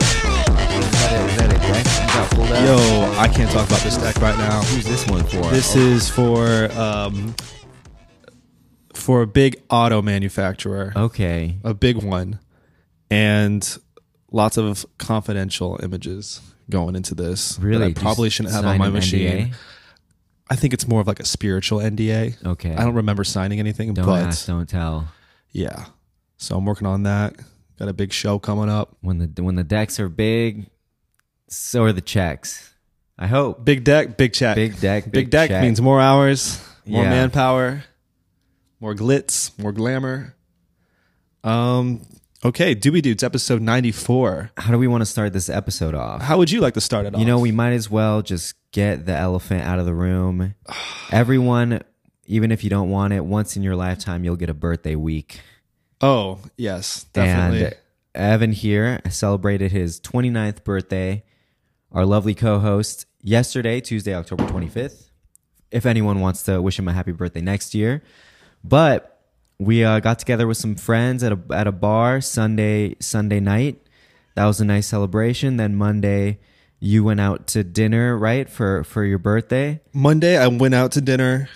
Is that it, right? You got pulled out? Yo, I can't talk about this stack right now. Who's this one for? This is for um, for a big auto manufacturer, okay. a big one, and lots of confidential images going into this. that Really? I probably Just shouldn't have on sign my an machine. NDA? I think it's more of like a spiritual NDA. Okay. I don't remember signing anything, Don't but ask, don't tell. yeah. So I'm working on that. Got a big show coming up. When the when the decks are big, so are the checks. I hope. Big deck, big check. Big deck, Big, big deck check. means more hours, more Yeah. manpower, more glitz, more glamour. Um okay, Doobie Dudes episode 94. How do we want to start this episode off? How would you like to start it off? You know, we might as well just get the elephant out of the room. Everyone, even if you don't want it, once in your lifetime you'll get a birthday week. Oh, yes, definitely. And uh, Evan here celebrated his 29th birthday, our lovely co host, yesterday, Tuesday, October 25th. If anyone wants to wish him a happy birthday next year. But we uh, got together with some friends at a, at a bar Sunday Sunday night. That was a nice celebration. Then Monday, you went out to dinner, right, for, for your birthday? Monday I went out to dinner.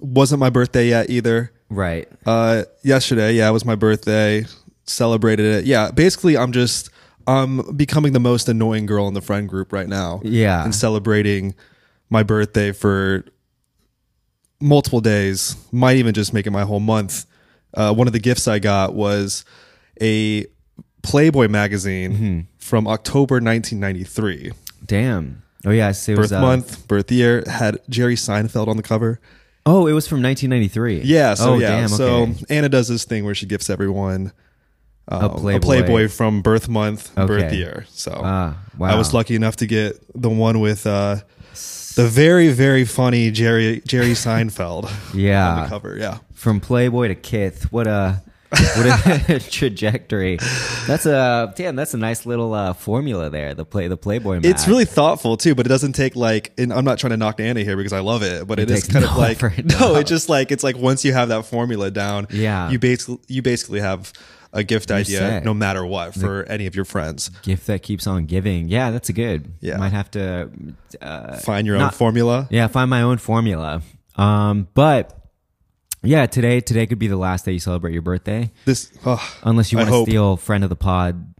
Wasn't my birthday yet either. Right. Uh yesterday, yeah, it was my birthday. Celebrated it. Yeah, basically I'm just I'm becoming the most annoying girl in the friend group right now. Yeah. and celebrating my birthday for multiple days, might even just make it my whole month. Uh, one of the gifts I got was a Playboy magazine Mm-hmm. from October 1993. Damn. Oh, yeah. So it Birth was, uh, month, birth year, had Jerry Seinfeld on the cover. Oh, it was from 1993. Yeah, so oh, yeah. Damn, So okay. Anna does this thing where she gifts everyone um, Playboy. from birth month, birth Okay. year. So Ah, I wow. was lucky enough to get the one with uh, the very very funny Jerry Jerry Seinfeld Yeah. on the cover. Yeah, from Playboy to Kith. What a what a trajectory. That's a damn. That's a nice little uh, formula there. The play the Playboy. Mag. it's really thoughtful too, but it doesn't take like. And I'm not trying to knock Anna here because I love it, but it is takes kind of no like effort, no, no. it's just like it's like once you have that formula down, Yeah. you basically you basically have a gift idea set. no matter what for any of your friends. gift that keeps on giving. Yeah, that's a good. Yeah. might have to. Uh, Find your own Not- formula. yeah, find my own formula. Um, but yeah, today today could be the last day you celebrate your birthday, This oh, unless you I want to hope. steal friend of the pod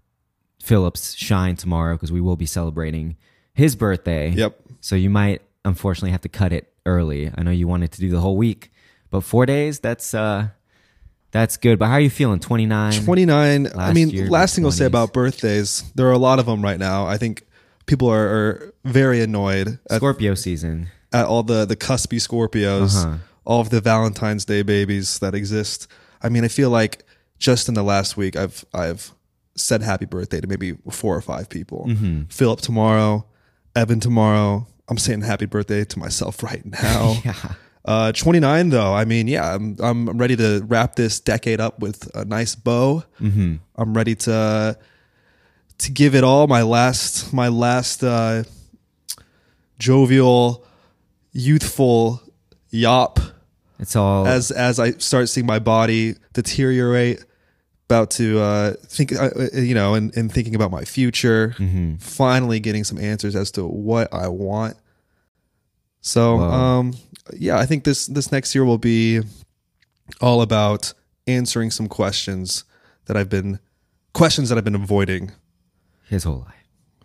Phillips Shine tomorrow because we will be celebrating his birthday. Yep. So you might unfortunately have to cut it early. I know you wanted to do the whole week, but four days, that's uh that's good. But how are you feeling? 29? 29 i Last mean year, last thing i'll say 20s. about birthdays there are a lot of them right now i think people are, are very annoyed at, Scorpio season. at all the the cuspy scorpios all of the valentine's day babies that exist i mean i feel like just in the last week i've i've said happy birthday to maybe four or five people philip tomorrow evan tomorrow i'm saying happy birthday to myself right now Uh, 29 though. I mean, yeah, I'm I'm ready to wrap this decade up with a nice bow. Mm-hmm. I'm ready to to give it all my last my last uh, jovial, youthful yop It's all as as I start seeing my body deteriorate. About to uh, think, uh, uh, you know, and, and thinking about my future. Finally, getting some answers as to what I want. So, um, yeah, I think this this next year will be all about answering some questions that I've been questions that I've been avoiding. his whole life.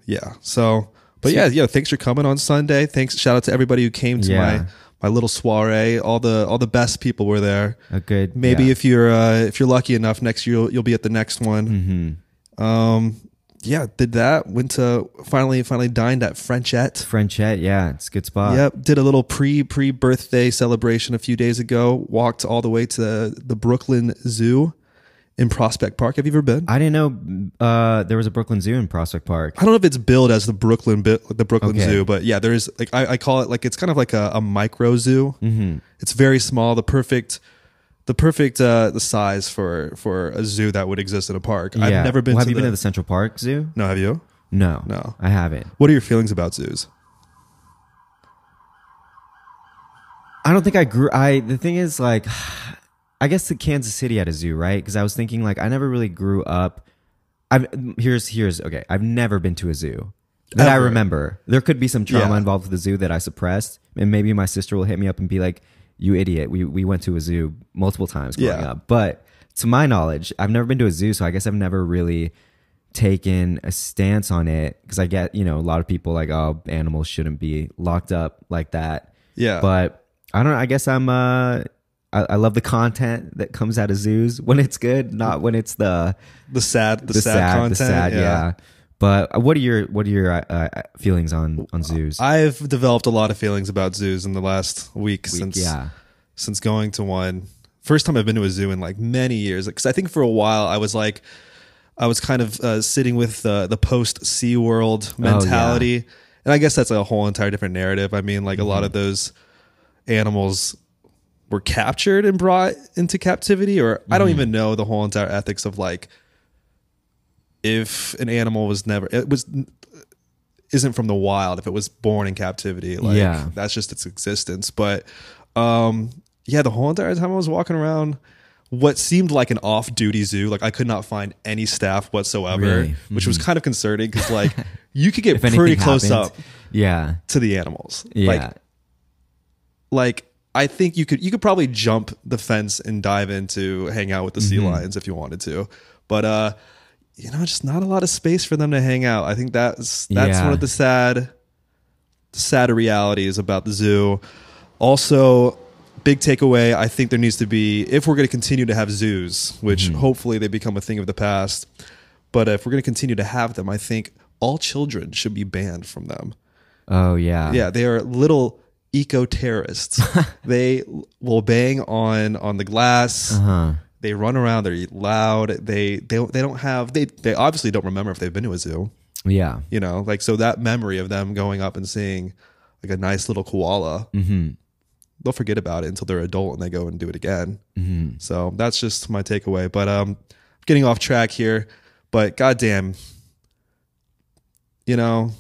Yeah. So, but yeah, yeah. Thanks for coming on Sunday. Thanks. Shout out to everybody who came to Yeah. my my little soiree. All the all the best people were there. A good Maybe Uh, yeah. if you're uh, if you're lucky enough, next year you'll, you'll be at the next one. Mm-hmm. Um, yeah, did that. Went to finally finally dined at Frenchette. Frenchette, yeah, it's a good spot. Yep, did a little pre pre birthday celebration a few days ago. Walked all the way to the, the Brooklyn Zoo, in Prospect Park. Have you ever been? I didn't know uh, there was a Brooklyn Zoo in Prospect Park. I don't know if it's billed as the Brooklyn bit, the Brooklyn Okay. Zoo, but yeah, there is like I, I call it like it's kind of like a, a micro zoo. Mm-hmm. It's very small, the perfect, the perfect uh, the size for for a zoo that would exist in a park. Yeah. I've never been. Well, have to you the, been to the Central Park Zoo? No, have you? No, No. I haven't. What are your feelings about zoos? I don't think I grew. I the thing is like, I guess the Kansas City had a zoo, right? Because I was thinking like I never really grew up. I've here's here's okay. I've never been to a zoo that I Ever. remember. There could be some trauma Yeah. involved with the zoo that I suppressed, and maybe my sister will hit me up and be like, "You idiot! We we went to a zoo multiple times growing Yeah. up." But to my knowledge, I've never been to a zoo, so I guess I've never really taken a stance on it because I get you know a lot of people like, "Oh, animals shouldn't be locked up like that." Yeah, but I don't know. I guess I'm. Uh, I, I love the content that comes out of zoos when it's good, not when it's the the sad, the, the sad, sad, content. the sad. Yeah. But what are your what are your uh, uh, feelings on on zoos? I've developed a lot of feelings about zoos in the last week, since yeah. since going to one. First time I've been to a zoo in like many years. Because I think for a while I was like, I was kind of uh, sitting with the the post SeaWorld mentality, and I guess that's a whole entire different narrative. I mean, like a lot of those animals were captured and brought into captivity, or I don't even know the whole entire ethics of like if an animal was never it was isn't from the wild if it was born in captivity like Yeah. that's just its existence but um yeah the whole entire time i was walking around what seemed like an off-duty zoo like i could not find any staff whatsoever Really? Mm-hmm. which was kind of concerning because like you could get If anything pretty close happens- up Yeah. to the animals Yeah. like like I think you could you could probably jump the fence and dive into hang out with the sea lions if you wanted to, but uh, you know, just not a lot of space for them to hang out. I think that's that's Yeah. one of the sad, the sad realities about the zoo. Also, big takeaway: I think there needs to be if we're going to continue to have zoos, which hopefully they become a thing of the past. But if we're going to continue to have them, I think all children should be banned from them. oh yeah. Yeah, they are little eco terrorists. they will bang on on the glass. Huh. They run around. They're loud. They they they don't have they they obviously don't remember if they've been to a zoo. Yeah. You know, like so that memory of them going up and seeing like a nice little koala. Mm-hmm. They'll forget about it until they're adult and they go and do it again. Mm-hmm. So that's just my takeaway. But um, getting off track here. But goddamn, you know,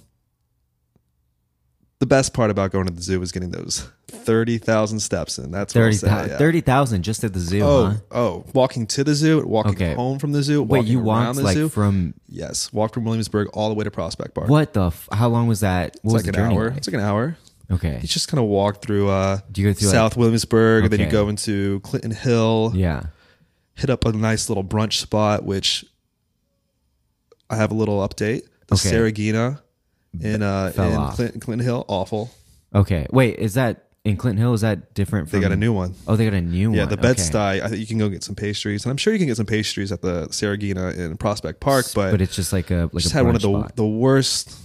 the best part about going to the zoo is getting those thirty thousand steps in. That's what I'll Thirty say, thousand. yeah. Thirty thousand just at the zoo. Oh, huh? oh, walking to the zoo, walking Okay. home from the zoo, Wait, walking you around walked the like zoo. from yes, walked from Williamsburg all the way to Prospect Park. what the? F- how long was that? What was It's the like an journey? hour. like? It's like an hour. Okay. You just kind of walk through, uh, Do you go through, like- South Williamsburg, and then you Okay. go into Clinton Hill, Yeah. hit up a nice little brunch spot, which I have a little update. The Okay. Saragina in, uh, Fell in off. Clinton, Clinton Hill, awful. Okay. Wait, is that in Clinton Hill? Is that different? They From, got a new one. Oh, they got a new one. Yeah, the Okay. Bed-Stuy. I think you can go get some pastries, and I'm sure you can get some pastries at the Saragina in Prospect Park. But, but it's just like a like just a had one of the brunch spot. the worst,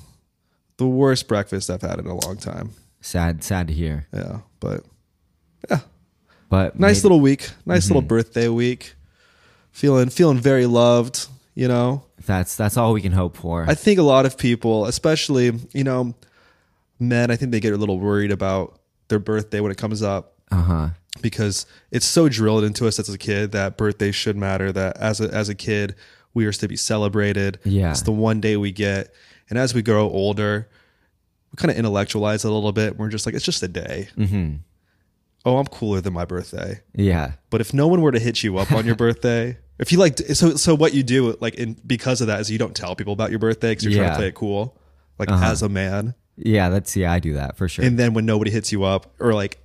the worst breakfast I've had in a long time. sad sad to hear Yeah, but but nice maybe- Mm-hmm. little week, nice little birthday week. Feeling feeling very loved. You know, that's that's all we can hope for I think a lot of people, especially you know, men, I think they get a little worried about their birthday when it comes up. uh-huh because it's so drilled into us as a kid that birthdays should matter. That as a, as a kid, we are to be celebrated. Yeah. it's the one day we get, and as we grow older, we kind of intellectualize it a little bit. We're just like, it's just a day. Mhm. Oh, I'm cooler than my birthday. yeah But if no one were to hit you up on your birthday, if you like, so so what you do like in because of that is you don't tell people about your birthday because you're trying Yeah. Uh-huh. to play it cool, like as a man. yeah that's yeah i do that for sure And then when nobody hits you up or like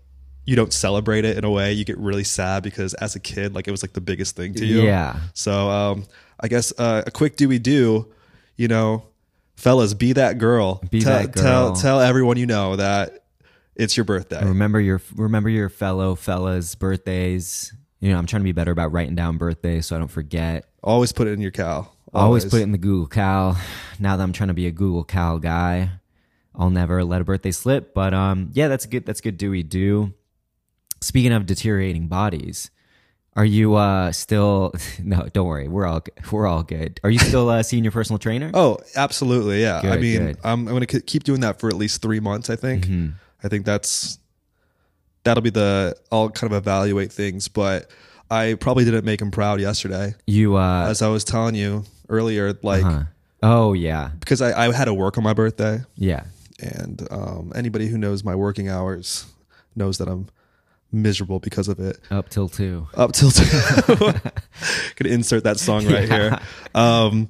you don't celebrate it in a way, you get really sad because as a kid, like it was like the biggest thing to you. Yeah. So um, I guess uh, a quick do we do, you know, fellas, be that girl. Be tell, that girl. Tell tell everyone you know that it's your birthday. remember your remember your fellow fellas birthdays you know i'm trying to be better about writing down birthdays so i don't forget Always put it in your cal. always put it in the google cal now that i'm trying to be a google cal guy i'll never let a birthday slip but um yeah that's good that's good do we do speaking of deteriorating bodies Are you uh, still? No, don't worry. We're all g- we're all good. Are you still uh, seeing your personal trainer? Oh, absolutely. Yeah. I Good, mean, good. Mm-hmm. I'm, I'm going to keep doing that for at least three months. I think. I think that's that'll be the I'll kind of evaluate things, but I probably didn't make him proud yesterday, You uh, as I was telling you earlier. Like huh. oh yeah, because I, I had to work on my birthday, yeah. and um, anybody who knows my working hours knows that I'm miserable because of it. Up till two. up till two. Could insert that song right here. Um,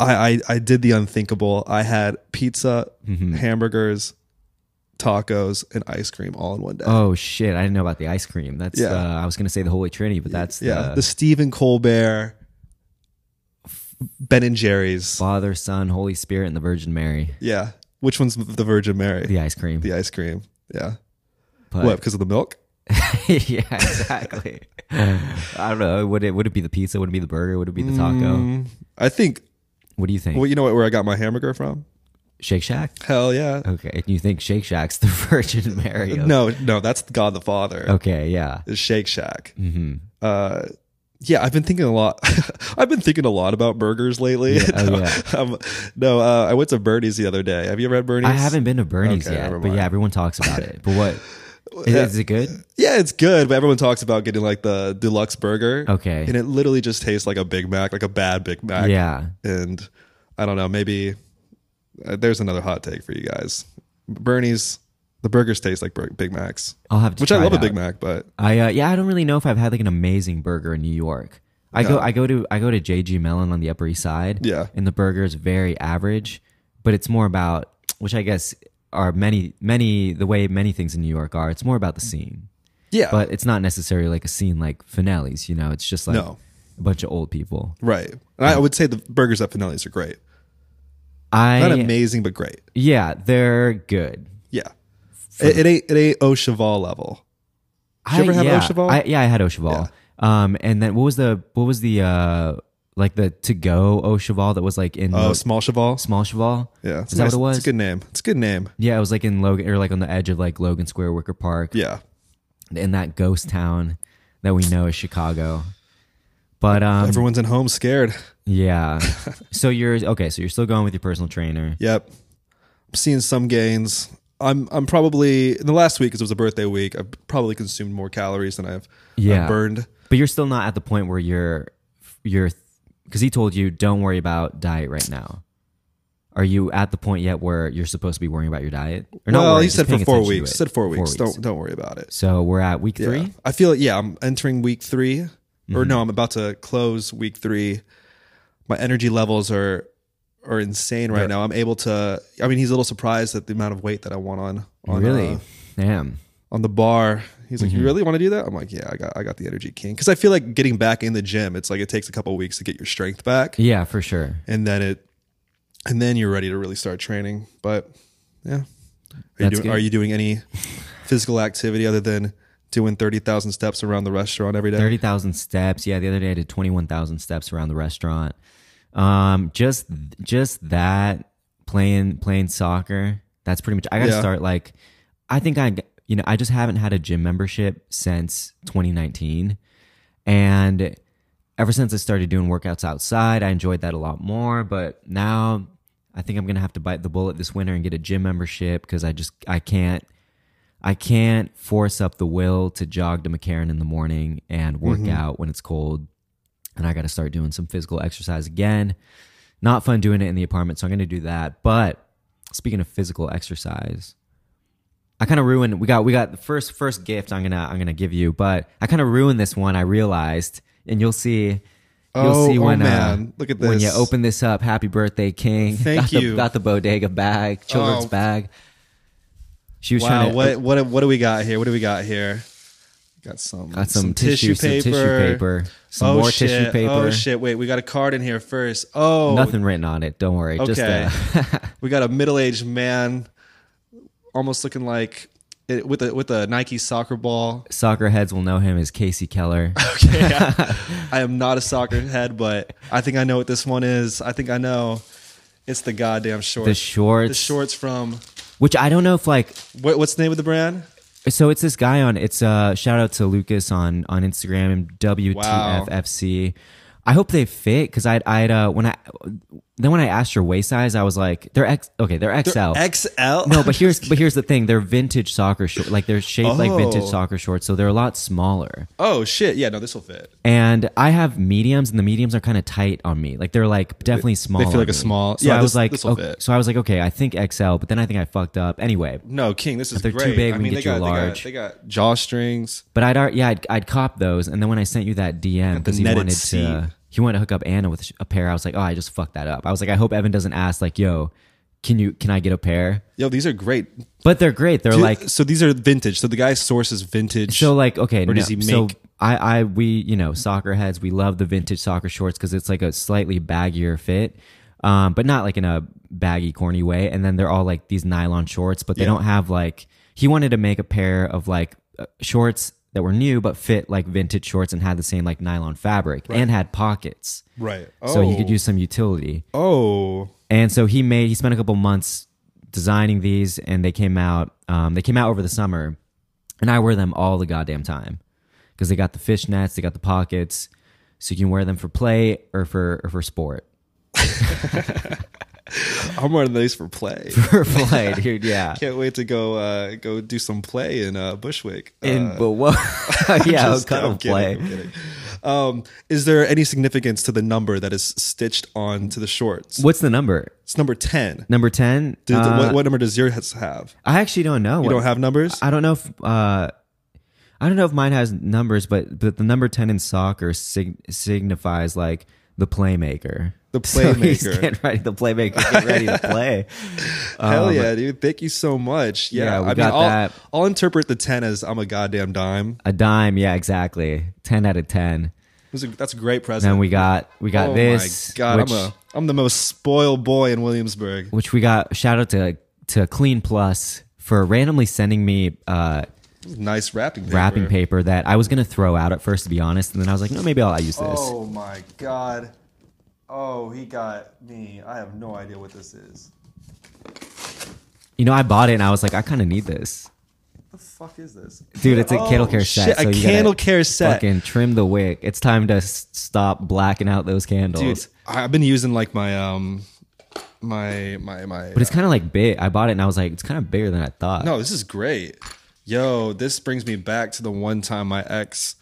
I, I I did the unthinkable. I had pizza, hamburgers, tacos, and ice cream all in one day. Oh shit! I didn't know about the ice cream. That's Yeah. uh, I was gonna say the Holy Trinity, but that's yeah, the the Stephen Colbert, Ben and Jerry's. Father, Son, Holy Spirit, and the Virgin Mary. Yeah, which one's the Virgin Mary? The ice cream. The ice cream. Yeah. But- what? Because of the milk? yeah, exactly. I don't know. Would it would it be the pizza? Would it be the burger? Would it be the taco? I think. What do you think? Mm. Well, you know what? Where I got my hamburger from? Shake Shack. Hell yeah. Okay, you think Shake Shack's the Virgin Mary? of- No, no, that's God the Father. Okay, yeah. is Shake Shack. Mm-hmm. Uh, yeah, I've been thinking a lot. I've been thinking a lot about burgers lately. oh, yeah. um, no, uh, I went to Bernie's the other day. Have you ever had Bernie's? I haven't been to Bernie's Okay, yet, never but yeah, mind. everyone talks about it. But what is, is it good? Yeah, it's good, but everyone talks about getting like the deluxe burger. Okay. and it literally just tastes like a Big Mac, like a bad Big Mac. Yeah, and I don't know. Maybe uh, there's another hot take for you guys. Bernie's the burgers taste like Bur- Big Macs, I'll have to. which try I love it a Big out. Mac, but I uh, yeah, I don't really know if I've had like an amazing burger in New York. I go I go to I go to JG Mellon on the Upper East Side. Yeah. and the burger is very average, but it's more about which I guess are many many the way many things in New York are. It's more about the scene, yeah, but it's not necessarily like a scene like Finelli's. You know, it's just like No. a bunch of old people. right. And I would say the burgers at Finelli's are great. I Not amazing, but great. yeah, they're good. Yeah. It, it ain't it ain't Au Cheval level. Did you ever have yeah, Ocheval? I, yeah, I had Ocheval. Um, and then what was the what was the uh like the to go Ocheval that was like in Oh, Lo- small Cheval. small Cheval? Yeah. is that what it was? It's a good name. It's a good name. Yeah, it was like in Logan or like on the edge of like Logan Square, Wicker Park, Yeah. in that ghost town that we know as Chicago. But um, Everyone's at home scared. yeah. so you're okay. So you're still going with your personal trainer. Yep. I'm seeing some gains. I'm I'm probably in the last week because it was a birthday week. I've probably consumed more calories than I've, Yeah. I've burned. Uh, But you're still not at the point where you're you're because he told you don't worry about diet right now. Are you at the point yet where you're supposed to be worrying about your diet? Or not well, worrying, he just said for paying four attention to weeks. it. Said four weeks. Don't don't worry about it. So we're at week Yeah. three. Mm-hmm. I feel yeah, I'm entering week 3 Or no, I'm about to close week three. My energy levels are are insane right now. I'm able to I mean he's a little surprised at the amount of weight that I want on on really? Mm-hmm. uh, Damn. on the bar. He's like, You really want to do that? I'm like, Yeah, I got I got the energy king. Because I feel like getting back in the gym, it's like it takes a couple weeks to get your strength back. Yeah, for sure. And then it and then you're ready to really start training. But yeah. Are you That's doing good. are you doing any physical activity other than doing thirty thousand steps around the restaurant every day? Thirty thousand steps. Yeah, the other day I did twenty one thousand steps around the restaurant. Um, just just that playing playing soccer. That's pretty much. I gotta Yeah. start like, I think I you know I just haven't had a gym membership since twenty nineteen, and ever since I started doing workouts outside, I enjoyed that a lot more. But now I think I'm gonna have to bite the bullet this winter and get a gym membership because I just I can't I can't force up the will to jog to McCarran in the morning and work out when it's cold. And I got to start doing some physical exercise again. Not fun doing it in the apartment, so I'm going to do that. But speaking of physical exercise, I kind of ruined. We got we got the first first gift I'm gonna I'm gonna give you, but I kind of ruined this one. I realized, and you'll see. You'll Oh, see oh, when Uh, man. Look at when you this. open this up. Happy birthday, King! Thank got you. The, got the bodega bag, children's Oh. bag. She was Wow, trying to what what what do we got here? What do we got here? Got some Got some, tissue, some tissue paper, some oh more shit! tissue paper. Oh shit! Wait, we got a card in here first. Oh, Nothing written on it. Don't worry. Just Okay, uh, we got a middle-aged man, almost looking like it, with a with a Nike soccer ball. soccer heads will know him as Casey Keller. I am not a soccer head, but I think I know what this one is. I think I know. It's the goddamn shorts. The shorts, The shorts from which I don't know if like what, what's the name of the brand? So it's this guy on it's uh shout out to Lucas on on Instagram and WTFFC. I hope they fit because I'd I'd uh when I then when I asked your waist size, I was like they're X okay, they're XL. XL. Oh. no, but here's but here's the thing, they're vintage soccer shorts. Like they're shaped like vintage Oh. soccer shorts, so they're a lot smaller. oh shit. Yeah. No, this will fit. And I have mediums and the mediums are kind of tight on me. Like they're like definitely small. feel on like a me. small- So yeah, I this- was like this'll okay- fit. so I was like okay, I think XL, but then I think I fucked up. Anyway, No, King. This is they're too great. big, I we mean, can they get you a got, they large. got they got jaw strings. But I'd alre- yeah, I'd, I'd cop those, and then when I sent you that DM because he netted wanted seat. to, he wanted to hook up Anna with sh- a pair. I was like, oh, I just fucked that up. I was like, I hope Evan doesn't ask like, yo, can you can I get a pair? Yo, these are great. But they're great. They're like so these are vintage. So the guy sources vintage. so like okay. Or does no, he so make- I I we you know soccer heads we love the vintage soccer shorts because it's like a slightly baggier fit, um, but not like in a baggy corny way. And then they're all like these nylon shorts, but they don't have like he wanted to make a pair of like uh, shorts that were new but fit like vintage shorts and had the same like nylon fabric and had pockets. right. So you could use some utility. Oh, And so he made he spent a couple months designing these, and they came out. Um, they came out over the summer, and I wear them all the goddamn time because they got the fishnets, they got the pockets, so you can wear them for play or for or for sport. I'm wearing these for play. For play, dude. Yeah. Can't wait to go uh, go do some play in uh, Bushwick. Uh, And but what? yeah, just- kind I'm of kidding, play. I'm kidding. Um, is there any significance to the number that is stitched on to the shorts? What's the number? It's number ten. Number ten. Did- Uh, what, what number does yours have? I actually don't know. You don't have numbers. I don't know if uh, I don't know if mine has numbers, but but the number ten in soccer sig- signifies like the playmaker. The So he's playmaker. getting ready. The playmaker getting ready to play. Hell yeah, dude! Thank you so much. Yeah, um, Yeah, we I mean, got I'll, that. I'll interpret the ten as I'm a goddamn dime. A dime, yeah, exactly. Ten out of ten. It was a- that's a great present. Then we got we got oh this. my god, which, I'm a I'm the most spoiled boy in Williamsburg. which we got shout out to to Clean Plus for randomly sending me uh, Nice wrapping paper. wrapping paper that I was gonna throw out at first to be honest, and then I was like, no, maybe I'll use this. Oh my god. Oh, he got me. I have no idea what this is. You know, I bought it and I was like, I kind of need this. What the fuck is this? Dude, it's a Oh, candle care shit, set. a so you gotta candle care set. Fucking trim the wick. It's time to s- stop blacking out those Dude, candles. I've been using like my um my my my But it's kind of like big. I bought it and I was like, it's kind of bigger than I thought. No, this is great. Yo, this brings me back to the one time my ex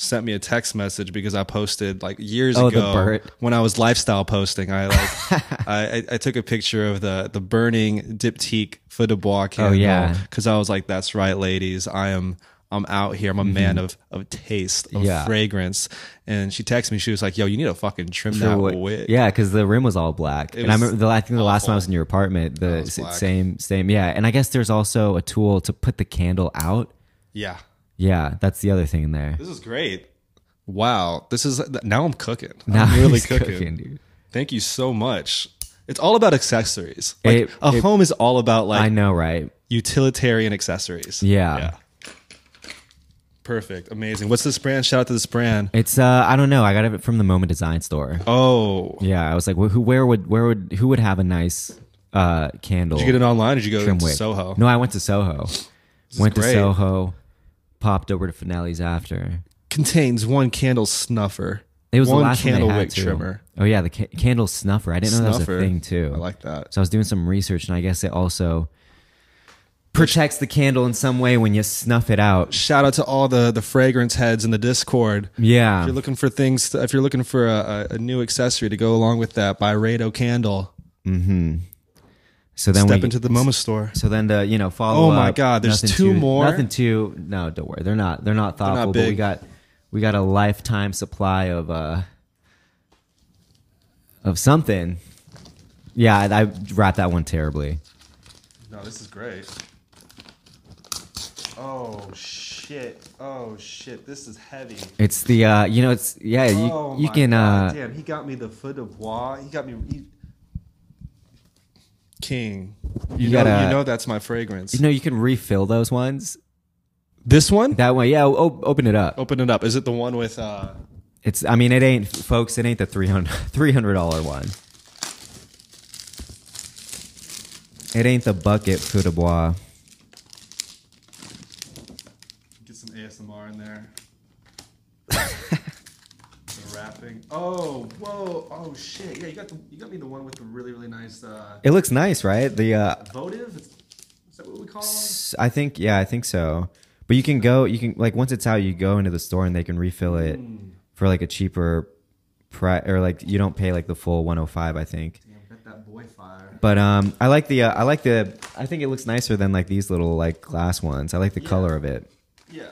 sent me a text message because I posted like years Oh, the ago bird. when I was lifestyle posting. I like I, I, I took a picture of the the burning diptyque for de bois candle Oh, yeah. because I was like, that's right, ladies, I am. I'm out here. I'm a man of, of taste, of Mm-hmm. Yeah. fragrance. And she texted me. She was like, "Yo, you need to fucking trim The that wick- wig." Yeah, because the rim was all black. and I was remember, the, I think the last time I was in your apartment, the was s- black. same, same. Yeah. And I guess there's also a tool to put the candle out. yeah. Yeah, that's the other thing in there. This is great. Wow. This is now I'm cooking. Now I'm really he's cooking. dude. Thank you so much. It's all about accessories. Like It- a it- home is all about like I know, right? utilitarian accessories. Yeah. Perfect. Amazing. What's this brand? Shout out to this brand. It's, uh, I don't know. I got it from the Moment Design store. Oh. Yeah, I was like, wh- who, where would, where would, who would have a nice uh candle? Did you get it online? Or did you go trim to wick? Soho? No, I went to Soho. went to great. Soho, popped over to Finelli's after. Contains one candle snuffer. It was one the last one they candle had, wick too. trimmer. Oh yeah, the ca- candle snuffer. I didn't know that Snuffer. was a thing too. I like that. So I was doing some research, and I guess it also protects the candle in some way when you snuff it out. Shout out to all the the fragrance heads in the Discord. If Yeah, you're looking for things, if you're looking for a, a, a new accessory to go along with that, buy Rado candle. so then Step we into the MoMA store. so then the you know follow. Oh my up, God, there's nothing two too- more? Nothing too. No, don't worry. They're not. They're not thoughtful. but we big. got we got a lifetime supply of uh of something. Yeah, I, I wrapped that one terribly. No, this is great. Oh shit! Oh shit! This is heavy. It's the uh you know it's yeah you Oh you can uh damn, he got me the foot de bois. He got me. King, you, You know, gotta- you know that's my fragrance. you know you can refill those ones this one, that one yeah o- open it up open it up. Is it the one with? uh it's I mean it ain't folks it ain't the 300 300 dollar one it ain't the bucket foot de bois ASMR in there. the wrapping. Oh, whoa. Oh shit. Yeah, you got the you got me the one with the really really nice uh, It looks nice, right? The uh, votive. Is that what we call them? s- I think yeah, I think so. But you can go, you can like once it's out, you go into the store and they can refill it Mm. for like a cheaper price, or like you don't pay like the full 105, I think. Damn, got that boy fire. But um, I like the uh, I like the I think it looks nicer than like these little like glass ones. I like the color of it. Yeah.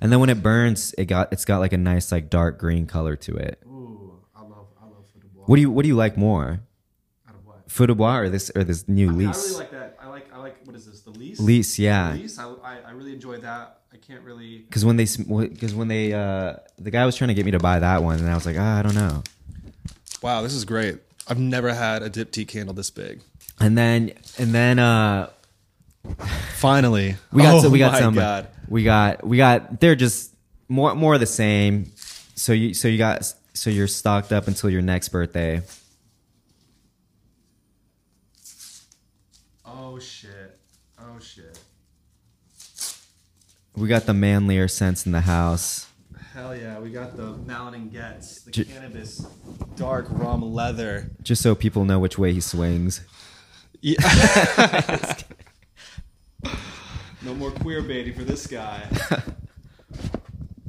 And then when it burns, it got it's got like a nice like dark green color to it. Ooh, I love I love foot de bois. What do you what do you like more, Out of what? Feu de Bois or this or this new I mean, I lease? really like that. I like I like what is this? The lease. lease, The yeah. lease. I, I I really enjoy that. I can't really. Because when they because when they uh the guy was trying to get me to buy that one and I was like ah, I don't know. Wow, this is great. I've never had a dip tea candle this big. And then and then uh Finally, we got oh we got my some God. we got we got they're just more more of the same. So you so you got so you're stocked up until your next birthday. Oh shit. Oh shit. We got the manlier sense in the house. Hell yeah, we got the Malin and Getz, the J- cannabis dark rum leather. Just so people know which way he swings. no more queer baiting for this guy.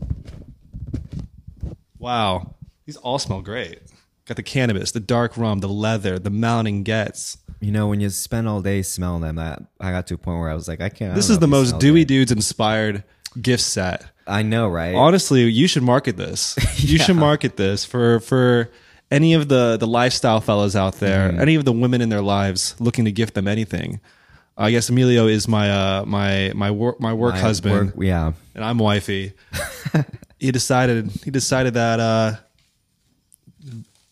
wow, these all smell great. Got the cannabis, the dark rum, the leather, the Malin and Getz. You know, when you spend all day smelling them, that I got to a point where I was like, I can't. I This don't is know the if these most smell Dewey good. Dudes inspired gift set. I know, right? Honestly, you should market this. You should market this for for any of the the lifestyle fellas out there, Mm-hmm. any of the women in their lives looking to gift them anything. I guess Emilio is my uh my my work my work I husband, work- yeah, and I'm wifey. he decided he decided that uh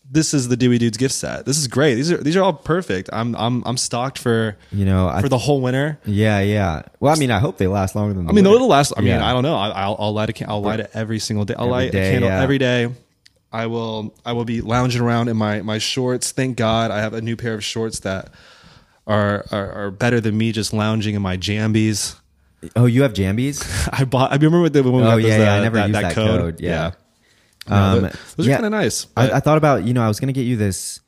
this is the Dewey Dudes gift set. This is great. These are these are all perfect. I'm I'm I'm stocked for you know, I, for the whole winter. yeah, yeah. Well, I mean, I hope they last longer than. The I mean, winter. it'll last. I mean, Yeah. I don't know. I, I'll, I'll light a can- I'll light it every single day. I'll light day, a candle yeah. every day. I will. I will be lounging around in my my shorts. Thank God, I have a new pair of shorts that are are, are better than me just lounging in my jambies. Oh, you have jambies? I bought. I remember when the when we Oh got yeah, those, yeah. uh, I never that, used that code. Yeah. Yeah. Um, No, th- those are yeah. kind of nice. but- I, I thought about you know I was gonna get you this,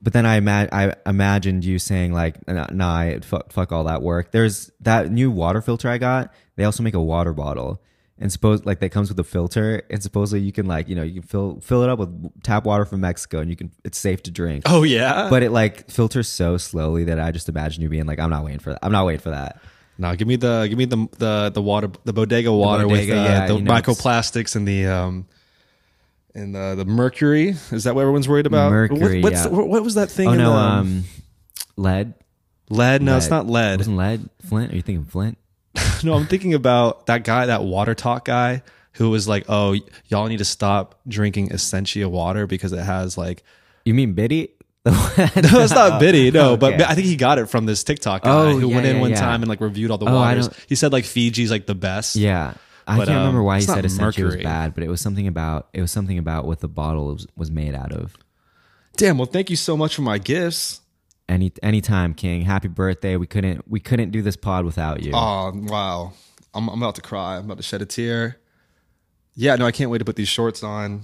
but then I ima- I imagined you saying like nah, nah I- fuck, fuck all that work. There's that new water filter I got. They also make a water bottle and suppose like that comes with a filter and supposedly you can like you know you can fill fill it up with tap water from Mexico and you can it's safe to drink. oh yeah. But it like filters so slowly that I just imagine you being like I'm not waiting for that. I'm not waiting for that. No, give me the give me the the the water the bodega water bodega, with uh, yeah, the you know, it's- microplastics and the um and the the mercury. Is that what everyone's worried about? Mercury, What, what's yeah. the- what, what was that thing? Oh in no, the, um, lead. lead. No, it's lead. Mm-hmm. not lead. Wasn't lead Flint? Are you thinking Flint? no, I'm thinking about that guy, that water talk guy, who was like, "Oh, y- y'all need to stop drinking Essentia water because it has like." You mean Biddy? No, that's not Biddy. No, but okay. I think he got it from this TikTok guy Oh, who yeah, went in yeah, one yeah. time and like reviewed all the Oh, I waters. don't- He said like Fiji's like the best. Yeah. I But, can't remember um, why he it's not said essentially was mercury. bad, but it was something about it was something about what the bottle was, was made out of. Damn. Well, thank you so much for my gifts. Any anytime, King. Happy birthday. We couldn't we couldn't do this pod without you. Oh wow! I'm, I'm about to cry. I'm about to shed a tear. Yeah, no, I can't wait to put these shorts on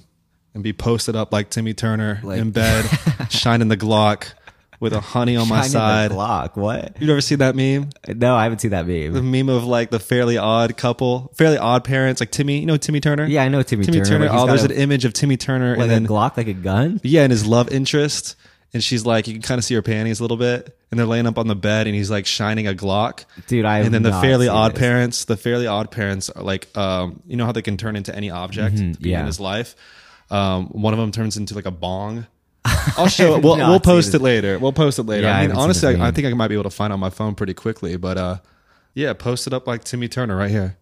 and be posted up like Timmy Turner in bed, shining the Glock with a honey on my Shining the side. Glock. What? You've never seen that meme? No, I haven't seen that The meme. meme of like the Fairly Odd couple, Fairly Odd parents, like Timmy. You know Timmy Turner? Yeah, I know Timmy, Timmy Turner. but he's got oh, there's a- an image of Timmy Turner like and a then Glock, like a gun. yeah, and his love interest. And she's like, you can kind of see her panties a little bit, and they're laying up on the bed, and he's like shining a Glock. Dude, I have and then the not fairly seen odd this. parents the fairly odd parents are like um you know how they can turn into any object to be Mm-hmm, yeah. in his life um one of them turns into like a bong i'll show it we'll, not we'll post seen it later we'll post it later Yeah, I i mean haven't seen this honestly I, I meme. think i might be able to find it on my phone pretty quickly but uh yeah post it up like timmy turner right here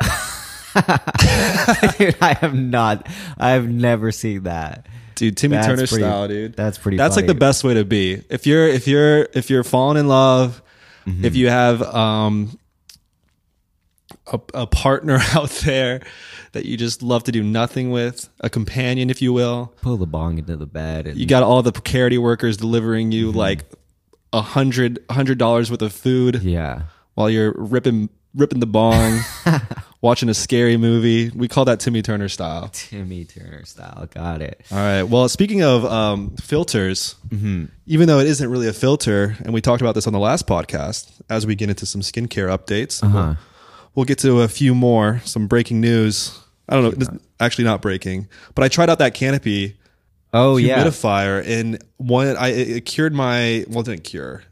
Dude, I have not. I have never seen that. dude timmy That's turner pretty- style dude that's pretty that's like funny. the best way to be if you're if you're if you're falling in love Mm-hmm. if you have um a, a partner out there that you just love to do nothing with a companion if you will Pull the bong into the bed and you got all the precarity workers delivering you Mm-hmm. like a hundred hundred dollars worth of food yeah. while you're ripping ripping the bong watching a scary movie. We call that Timmy Turner style. Timmy Turner style. Got it. All right. Well, speaking of um, filters, Mm-hmm. even though it isn't really a filter, and we talked about this on the last podcast, as we get into some skincare updates, Uh-huh. we'll get to a few more, some breaking news. I don't know, this, actually not breaking, but I tried out that canopy Oh yeah. humidifier, and one I it, it cured my well, it didn't cure,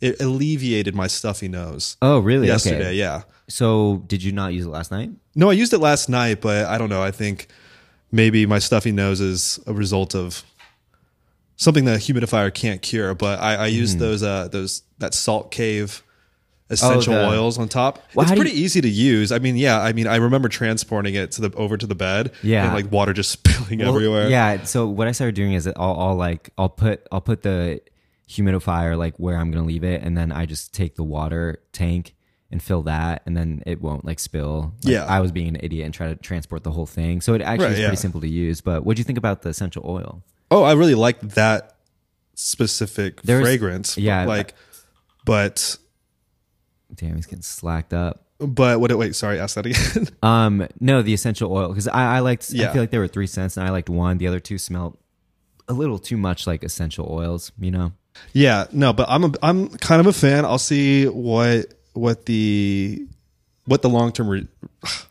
it alleviated my stuffy nose Oh really? yesterday. Okay. Yeah, So did you not use it last night? no, I used it last night, but I don't know. I think maybe my stuffy nose is a result of something that a humidifier can't cure. But I, I used those uh, those that salt cave essential Mm-hmm. Oh, the- oils on top. Well, it's how do pretty easy to use. I mean, yeah, I mean, I remember transporting it to the over to the bed. Yeah. and like water just spilling Well, everywhere. Yeah. So what I started doing is that I'll, I'll like I'll put I'll put the humidifier like where I'm gonna leave it, and then I just take the water tank and fill that, and then it won't like spill. Like, Yeah. I was being an idiot and try to transport the whole thing, so it actually Right, is yeah. pretty simple to use. But what do you think about the essential oil? Oh, I really like that specific There's- fragrance. yeah. like, but Damn, he's getting slacked up. but what? Wait, sorry, ask that again. Um, no, the essential oil because I, I liked. Yeah. I feel like there were three cents, and I liked one. The other two smelled a little too much like essential oils. You know. Yeah, no, but I'm a, I'm kind of a fan. I'll see what what the what the long term re,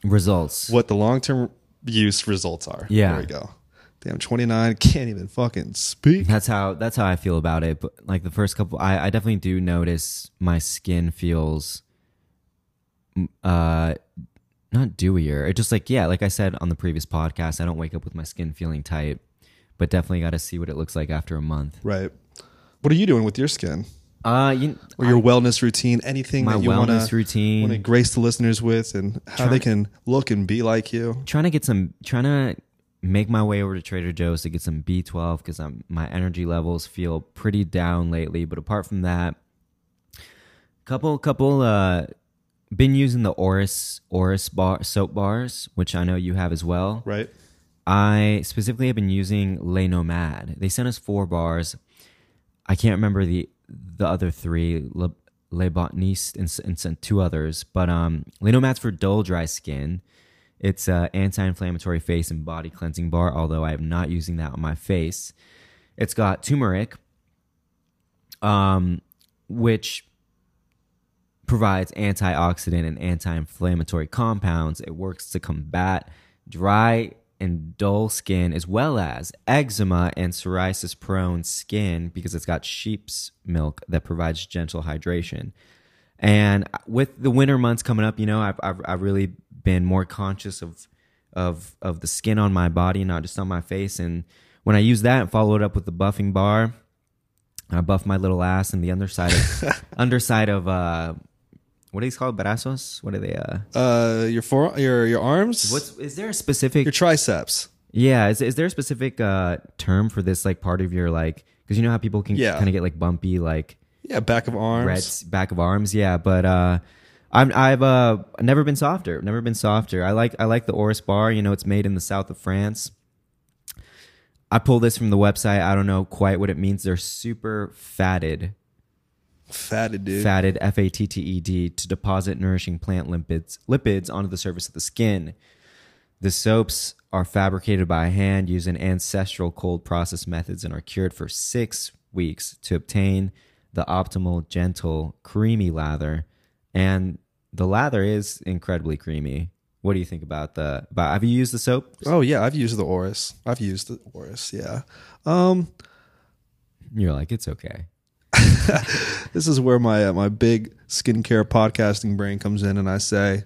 Results. what the long term use results are. Yeah. there we go. Damn, 29 can't even fucking speak. That's how that's how I feel about it. But like the first couple, I, I definitely do notice my skin feels, m- uh, not dewier. It just like yeah, like I said on the previous podcast, I don't wake up with my skin feeling tight, but definitely got to see what it looks like after a month. Right. What are you doing with your skin Uh, you, or your wellness routine? Anything my that you wellness want to routine. want to grace the listeners with, and how they can look and be like you. trying to get some trying to make my way over to Trader Joe's to get some B12 because I'm my energy levels feel pretty down lately. But apart from that, couple couple uh been using the Oris Oris bar soap bars, which I know you have as well. Right. I specifically have been using Le Nomad. They sent us four bars. I can't remember the the other three, Le, Le Botaniste and, s- and sent two others. But um, Le Nomad's for dull, dry skin. It's an anti-inflammatory face and body cleansing bar, although I am not using that on my face. It's got turmeric, um, which provides antioxidant and anti-inflammatory compounds. It works to combat dry and dull skin as well as eczema and psoriasis prone skin because it's got sheep's milk that provides gentle hydration. And with the winter months coming up, you know, I've, I've, I've really been more conscious of, of, of the skin on my body, not just on my face. And when I use that and follow it up with the buffing bar, I buff my little ass and the underside of, underside of, uh, what are these called? Brazos? What are they? Uh, Uh, your fore your your arms. what's, is there a specific your triceps? yeah, is, is there a specific uh, term for this like part of your like because you know how people can Yeah. kind of get like bumpy like Yeah, back of arms. red s- back of arms, yeah. But uh, I'm I've uh, never been softer, never been softer. I like I like the Oris bar. You know, it's made in the south of France. I pull this from the website. I don't know quite what it means. They're super fatted Fatted dude. fatted F A T T E D to deposit nourishing plant lipids lipids onto the surface of the skin. The soaps are fabricated by hand using ancestral cold process methods and are cured for six weeks to obtain the optimal, gentle, creamy lather. And the lather is incredibly creamy. What do you think about the? About, have you used the soap? Oh yeah, I've used the Oris. I've used the Oris. Yeah. Um, You're like it's okay. this is where my uh, my big skincare podcasting brain comes in, and I say,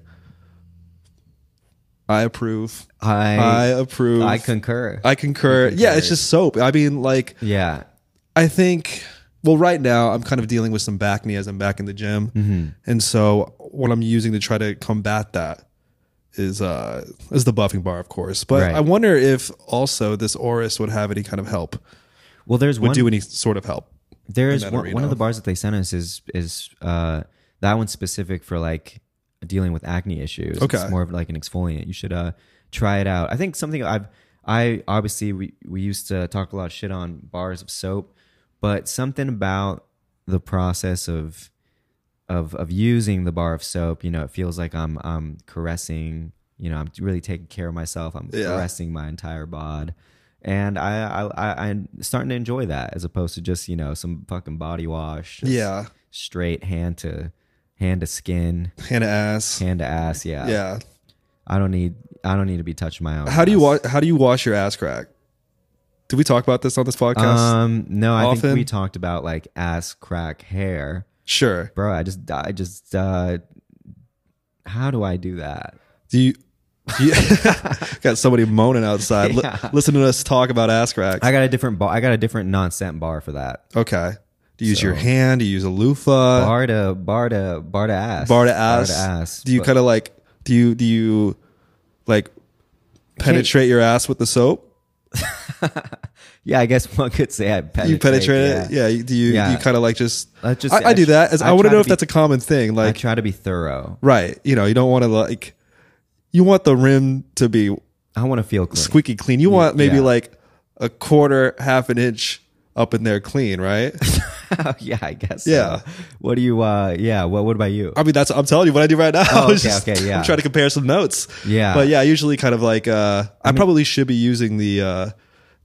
I approve. I I approve. I concur. I concur. Yeah, it's just soap. I mean, like, yeah, I think. Well, right now I'm kind of dealing with some back knee as I'm back in the gym, Mm-hmm. and so what I'm using to try to combat that is uh is the buffing bar, of course. But Right. I wonder if also this Oris would have any kind of help, well, there's would one do any sort of help. There is that one, one arena. of the bars that they sent us is is uh, that one's specific for like dealing with acne issues. Okay. it's more of like an exfoliant. You should uh, try it out. I think something I've I obviously we we used to talk a lot of shit on bars of soap, but something about the process of of of using the bar of soap, you know, it feels like I'm I'm caressing, you know, I'm really taking care of myself. I'm Yeah. caressing my entire bod. And I, I, I I'm starting to enjoy that as opposed to just, you know, some fucking body wash. just Yeah. Straight hand to hand to skin, Hannah ass. hand to ass. Yeah. Yeah. I don't need I don't need to be touching my own. How do you ass. wash? How do you wash your ass crack? Did we talk about this on this podcast? Um, no, I think often? we talked about like ass crack hair, sure. bro. I just, I just, uh, how do I do that? Do you? do you- got somebody moaning outside. Li- Yeah. listen to us talk about ass cracks. I got a different bar. I got a different non-scent bar for that. okay. Do you use your So- hand? Do you use a loofah? Bar to bar to bar to ass. Uh, Bar to ass. Do you But kind of like? Do you do you like penetrate your ass with the soap? yeah, I guess one could say I penetrate. you penetrate it. Yeah. you- Do you? Yeah. You kind of like just. Let's just- I, I do that. As, I, I want try to know to if be- that's a common thing. I Like, try to be thorough. right? You know, you don't want to like. You want the rim to be I want to feel clean. squeaky clean. You want maybe yeah. like a quarter, half an inch up in there clean, right? yeah, I guess. Yeah. So. What do you? uh Yeah. What? What about you? I mean, that's I'm telling you what I do right now. Oh, It's okay, okay, yeah. I'm trying to compare some notes. Yeah. but yeah, I usually kind of like uh, I, probably should be using the uh,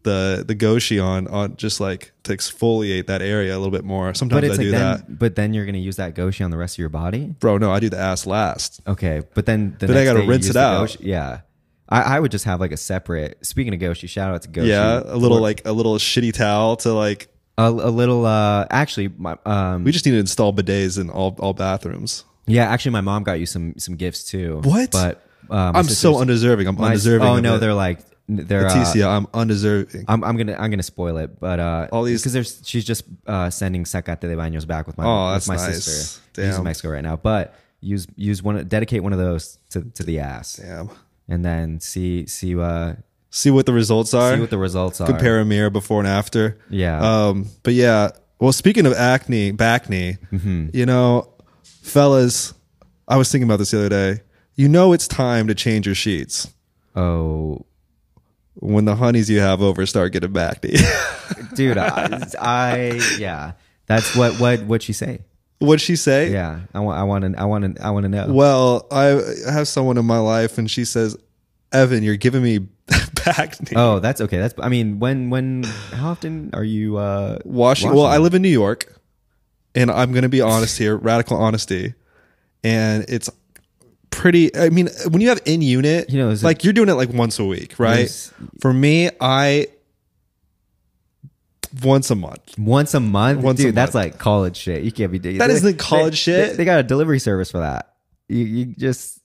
the the Goshi on on just like to exfoliate that area a little bit more. Sometimes but I it's like do then, that. but then you're gonna use that goshi on the rest of your body. Bro, no, I do the ass last. Okay, but then the Then I next gotta day you rinse use it the out. Goshi- Yeah, I, I would just have like a separate. Speaking of Goshi, shout out to Goshi. Yeah, a little like a little shitty towel to like. a, a little. Uh, actually, my um, We just need to install bidets in all all bathrooms. yeah, actually, my mom got you some some gifts too. What? But uh, my I'm so sister's- undeserving. I'm my- undeserving. Oh of no, it. they're like they're. Uh, Leticia, I'm undeserving. I'm, I'm gonna I'm gonna spoil it, but uh, All these- because there's she's just uh, sending Sacate de Baños back with my Oh, with that's my nice. sister. Damn. She's in Mexico right now, but use use one dedicate one of those to, to the ass, Damn. and then see see uh See what the results are. see what the results are. Compare a mirror before and after. Yeah. Um, but yeah. Well, speaking of acne, back knee, Mm-hmm. you know, fellas, I was thinking about this the other day. You know, it's time to change your sheets Oh, when the honeys you have over start getting back knee. dude, I, I yeah, that's what what what she say? What'd she say? Yeah, I want I want to I want to I want to know. Well, I have someone in my life and she says, Evan, you're giving me back knee. Oh, that's okay. That's I mean, when when how often are you uh Washington. Well, I live in New York, and I'm going to be honest here, radical honesty, and it's pretty. I mean, when you have in unit, You know, is it- like you're doing it like once a week, right? Is- For me, I once a month. once a month? Once a dude, that's like college shit. You can't be doing That they- isn't college they- shit. They, they got a delivery service for that. You you just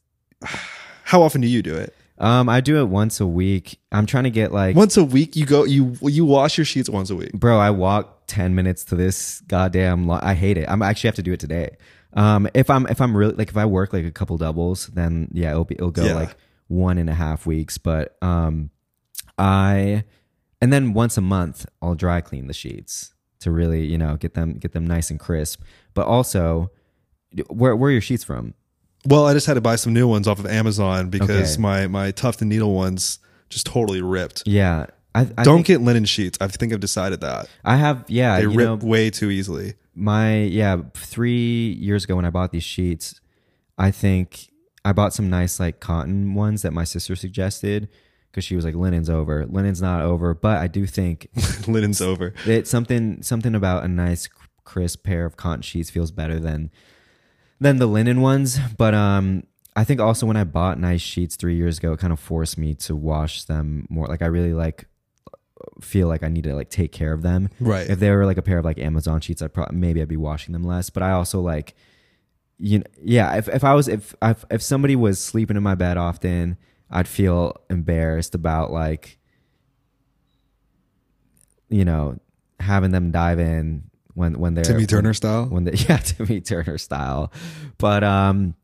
How often do you do it? um I do it once a week. I'm trying to get like Once a week, you go. You you wash your sheets once a week. bro i walk 10 minutes to this goddamn lo- i hate it i'm I actually have to do it today um if i'm if i'm really like if i work like a couple doubles then yeah it'll be it'll go Yeah. like one and a half weeks but um i and then once a month i'll dry clean the sheets to really you know get them get them nice and crisp but also where where are your sheets from Well, I just had to buy some new ones off of Amazon because Okay. my my Tuft and Needle ones just totally ripped. yeah i, I Don't think- get linen sheets. I think I've decided that i have yeah they you rip know way too easily. my yeah three years ago when i bought these sheets i think i bought some nice like cotton ones that my sister suggested because she was like linen's over linen's not over but i do think linen's over. that something something about a nice crisp pair of cotton sheets feels better than than the linen ones but um i think also when i bought nice sheets three years ago it kind of forced me to wash them more like i really like feel like i need to like take care of them Right. if they were like a pair of like Amazon sheets, I probably maybe I'd be washing them less. But I also like, you know, yeah. If if I was if if, if somebody was sleeping in my bed often, I'd feel embarrassed about like, you know, having them dive in when when they're Timmy Turner style. when they yeah Timmy Turner style. But um,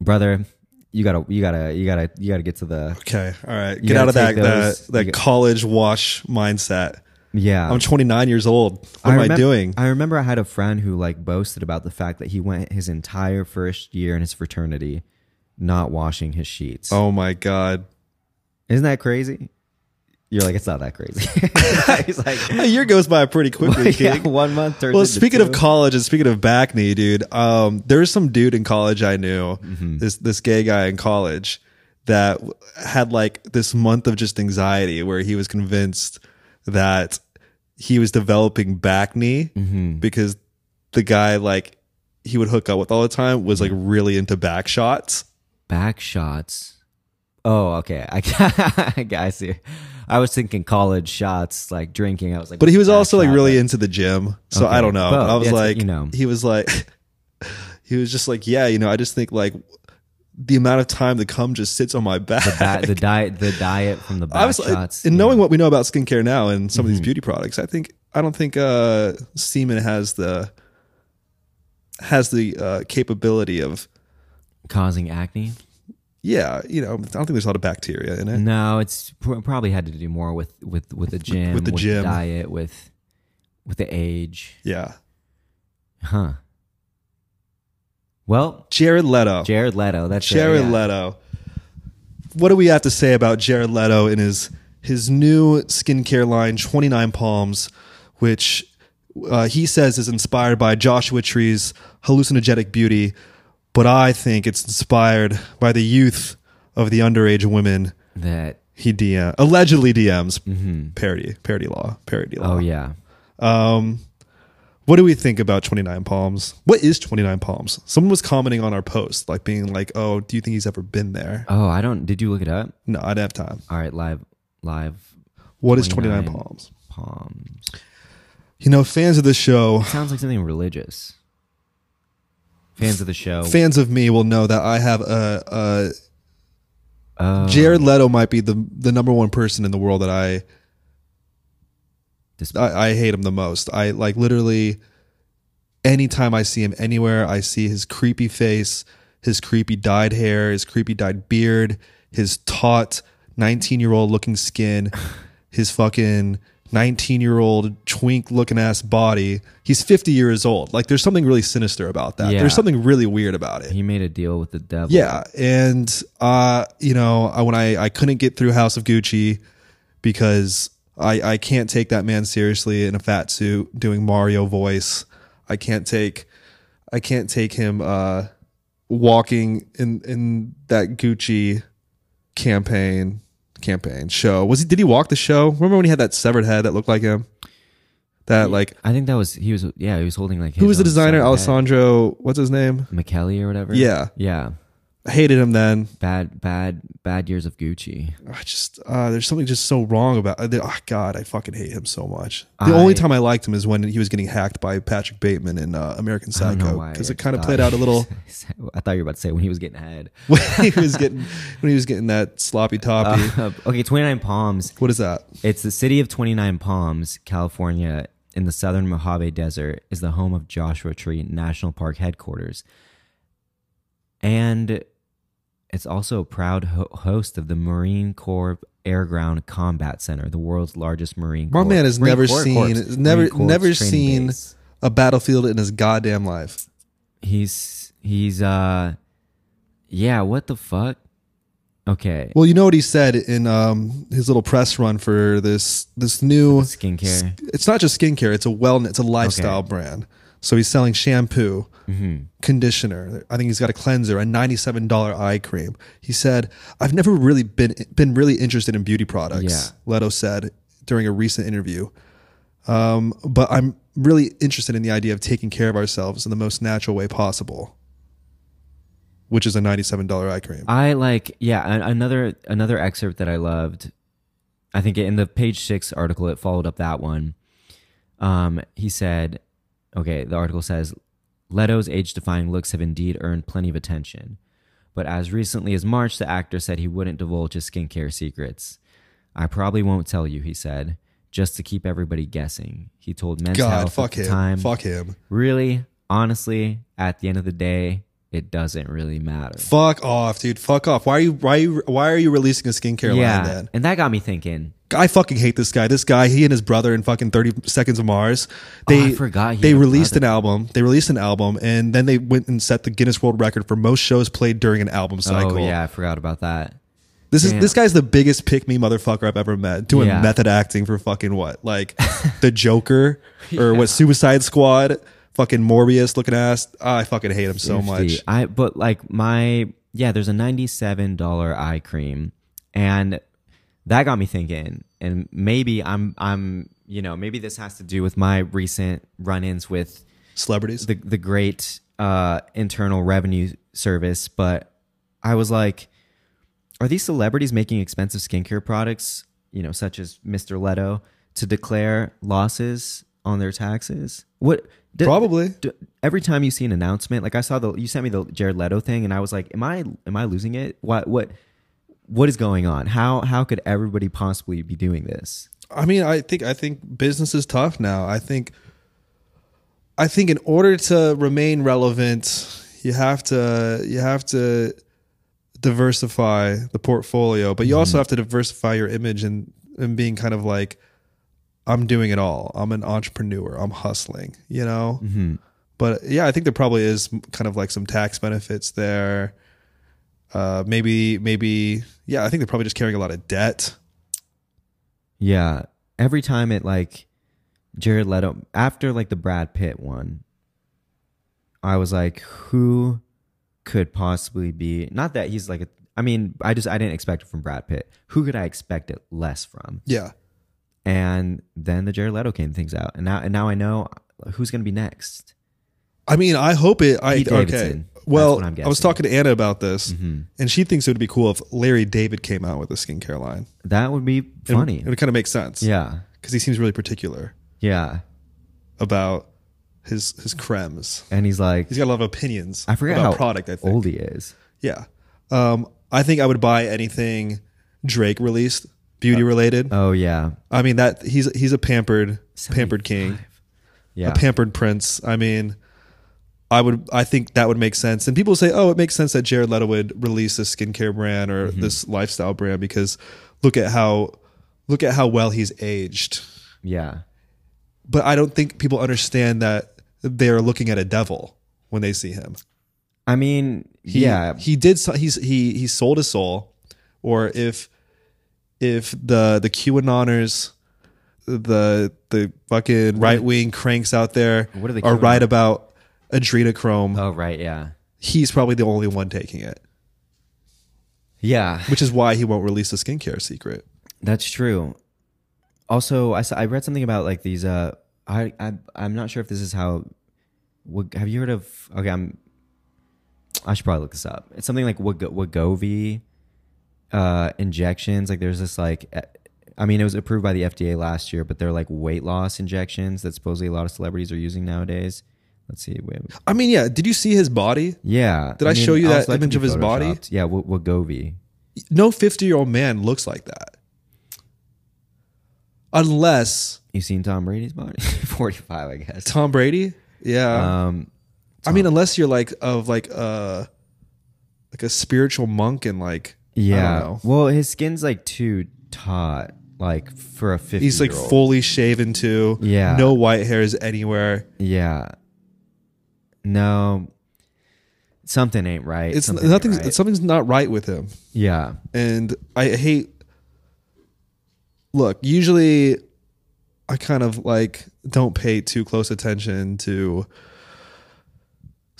brother, you gotta you gotta you gotta you gotta get to the Okay, all right. You Get gotta out of that take those- that, that you Oh. got- college wash mindset. yeah. I'm 29 years old. What am I remem- doing? I remember I had a friend who like boasted about the fact that he went his entire first year in his fraternity not washing his sheets. Oh my god. Isn't that crazy? You're like, it's not that crazy. He's A like, year goes by pretty quickly. yeah, kid. one month turns Well, into speaking of two. college and speaking of back knee, dude, um, there was some dude in college I knew, Mm-hmm. this this gay guy in college that w- had like this month of just anxiety where he was convinced that he was developing back knee Mm-hmm. because the guy like he would hook up with all the time was Mm-hmm. like really into back shots. back shots. Oh, okay. I, I see. I was thinking college shots, like drinking. I was like, But he was back also like shot, really but- into the gym. So Okay. I don't know. Well, I was that's- like, you know. he was like, he was just like, yeah, you know, I just think like the amount of time the cum just sits on my back. that, the diet, the diet from the back I was like, shots. and yeah. Mm-hmm. knowing what we know about skincare now and some of these beauty products, I think I don't think uh, semen has the has the uh, capability of causing acne. yeah, you know, I don't think there's a lot of bacteria in it. No, it's pr- probably had to do more with with with the gym, with the gym. diet, with with the age, Yeah, huh? Well, Jared Leto. Jared Leto. That's it, Jared yeah. Leto. What do we have to say about Jared Leto and his his new skincare line, Twenty Nine Palms, which uh, he says is inspired by Joshua Tree's hallucinogenic beauty, but I think it's inspired by the youth of the underage women That he DM allegedly DMs parody parody law parody law. Mm-hmm. oh yeah, What do we think about 29 Palms? What is 29 Palms? Someone was commenting on our post, like being like, "Oh, do you think he's ever been there?" oh I don't. Did you look it up? No, I didn't have time. All right, live live What is 29 29 Palms? palms. You know, fans of the show, Sounds like something religious. Fans of the show. fans of me will know that I have a, a Oh. Jared Leto might be the the number one person in the world that I This- I, I hate him the most. I like literally anytime I see him anywhere, I see his creepy face, his creepy dyed hair, his creepy dyed beard, his taut 19 year old looking skin, his fucking 19 year old twink looking ass body. He's 50 years old. Like there's something really sinister about that. Yeah. There's something really weird about it. he made a deal with the devil. Yeah, and uh, you know, I, when I I couldn't get through House of Gucci because I I can't take that man seriously in a fat suit doing Mario voice. I can't take I can't take him uh walking in in that Gucci campaign campaign show. Was he did he walk the show? Remember when he had that severed head that looked like him? That like I think that was he was yeah he was holding like who was the designer? Alessandro Alessandro, what's his name? McKelly or whatever. Yeah. yeah. Hated him then. Bad bad bad years of Gucci. I just uh, there's something just so wrong about. uh, there- Oh God, I fucking hate him so much. The I- only time I liked him is when he was getting hacked by Patrick Bateman in uh, American I don't know Psycho why because I it kind of thought- played out a little I thought you were about to say when he was getting ahead. when he was getting when he was getting that sloppy toppy. Uh, okay, Twenty Nine Palms. what is that? It's the city of Twenty Nine Palms, California, in the southern Mojave Desert, is the home of Joshua Tree National Park headquarters, and it's also a proud ho- host of the Marine Corps Air Ground Combat Center, the world's largest Marine. My Corps- man has Marine never Corps seen- Corps- never- Marine Corps never training seen- base. A battlefield in his goddamn life. He's he's uh, yeah. What the fuck? Okay, Well, you know what he said in um, his little press run for this this new skincare. it's not just skincare it's a wellness it's a lifestyle brand so he's selling shampoo Mm-hmm. conditioner i think he's got a cleanser a $97 eye cream he said i've never really been been really interested in beauty products leto said during a recent interview um, but i'm really interested in the idea of taking care of ourselves in the most natural way possible which is a $97 eye cream I like yeah an- another another excerpt that I loved. I think in the page six article it followed up that one. Um, he said, okay, the article says Leto's age-defying looks have indeed earned plenty of attention, but as recently as March, the actor said he wouldn't divulge his skincare secrets. I probably won't tell you, he said, just to keep everybody guessing. He told Men's god Health fuck at the him time. fuck him Really, honestly, at the end of the day, it doesn't really matter. fuck off dude fuck off why are you why are you, why are you releasing a skincare line then And that got me thinking. I fucking hate this guy. This guy, he and his brother in fucking Thirty Seconds of Mars. They Oh, I forgot he they had a released an album. They released an album, and then they went and set the Guinness World Record for most shows played during an album cycle. Oh yeah, I forgot about that. This is Damn. this guy's the biggest pick me motherfucker I've ever met. Doing Yeah. method acting for fucking what? Like the Joker or what Suicide Squad, fucking Morbius looking ass. I fucking hate him so Fifty. much. I but like my yeah, there's a ninety-seven dollar eye cream, and that got me thinking. And maybe I'm I'm you know maybe this has to do with my recent run-ins with Celebrities. the the great uh, internal revenue service, but I was like, are these celebrities making expensive skincare products, you know, such as Mr. Leto, to declare losses on their taxes? What d- Probably. d- every time you see an announcement, like I saw the you sent me the Jared Leto thing, and I was like, am I am I losing it? What what what is going on? How how could everybody possibly be doing this? I mean, I think I think business is tough now. I think I think in order to remain relevant, you have to you have to diversify the portfolio, but you also have to diversify your image and and being kind of like I'm doing it all. I'm an entrepreneur. I'm hustling, you know? But yeah, I think there probably is kind of like some tax benefits there. Uh maybe maybe yeah, I think they're probably just carrying a lot of debt. Yeah. Every time it like Jared Leto after like the Brad Pitt one, I was like, who could possibly be not that he's like a I mean, I just I didn't expect it from Brad Pitt. Who could I expect it less from? Yeah. And then the Jared Leto came things out. And now and now I know who's gonna be next. I mean, I hope it. I Pete okay. Davidson. That's Well, what I I'm was guessing. Mm-hmm. talking to Anna about this, and she thinks it would be cool if Larry David came out with a skincare line. That would be It would- funny. It would kind of make sense. Yeah. because he seems really particular Yeah. about his his cremes. And he's like He's got a lot of opinions. I forget about how product. I think. old he is. Yeah. Um, I think I would buy anything Drake released, beauty related. Oh yeah. I mean that he's he's a pampered pampered king. Yeah. a pampered prince. I mean, I would I think that would make sense. And people say, "Oh, it makes sense that Jared Leto would release this skincare brand or this lifestyle brand because look at how look at how well he's aged." yeah. But I don't think people understand that they're looking at a devil when they see him. I mean, He- yeah, he did. so- He's he he sold his soul, or if if the the QAnoners, the the fucking right wing cranks out there What are the are QAnon? right about adrenochrome, Oh right, yeah, he's probably the only one taking it, yeah, which is why he won't release a skincare secret. that's true. Also, I saw, I read something about like these. Uh, I I I'm not sure if this is how. What, have you heard of? Okay, I'm. I should probably look this up. It's something like Wag- Wagovi uh, injections. Like there's this like, eh, I mean, it was approved by the FDA last year, but they're like weight loss injections that supposedly a lot of celebrities are using nowadays. Let's see. Wait, I mean, yeah. Did you see his body? yeah. Did I show you I'll that select to image be of his body? photoshopped. Yeah, Wa- Wagovi. No fifty year old man looks like that, unless You seen Tom Brady's body? Forty five, I guess. Tom Brady. Yeah. Um, I mean, unless you're like of like uh like a spiritual monk and like I don't yeah. know. Well, his skin's like too taut, like for a fifty. he's like fully shaven too. Yeah. no white hairs anywhere. Yeah. No. Something ain't right. It's Something ain't nothing's right. something's not right with him, yeah. and I hate. Look, usually, I kind of like don't pay too close attention to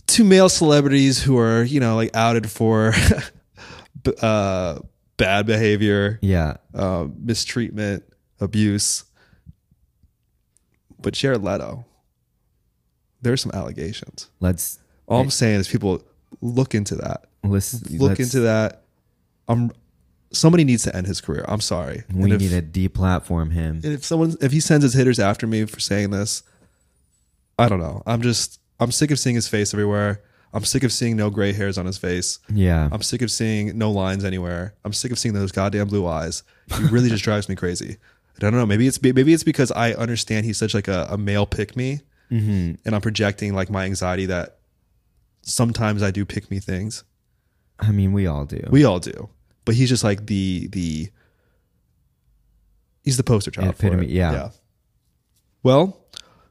to male celebrities who are you know like outed for b- uh, bad behavior. Yeah. uh, mistreatment, abuse. But Jared Leto, there's some allegations. Let's All I'm saying is people look into that. let's Look let's- into that. I'm somebody needs to end his career. I'm sorry. We and if, need to deplatform him. and if someone if he sends his hitters after me for saying this, I don't know. I'm just I'm sick of seeing his face everywhere. I'm sick of seeing no gray hairs on his face. Yeah. I'm sick of seeing no lines anywhere. I'm sick of seeing those goddamn blue eyes. He really just drives me crazy. I don't know. Maybe it's maybe it's because I understand he's such like a, a male pick me, Mm-hmm. and I'm projecting like my anxiety that sometimes I do pick me things. I mean, we all do. We all do, but he's just like the the he's the poster child Epitome, For it. yeah. Well,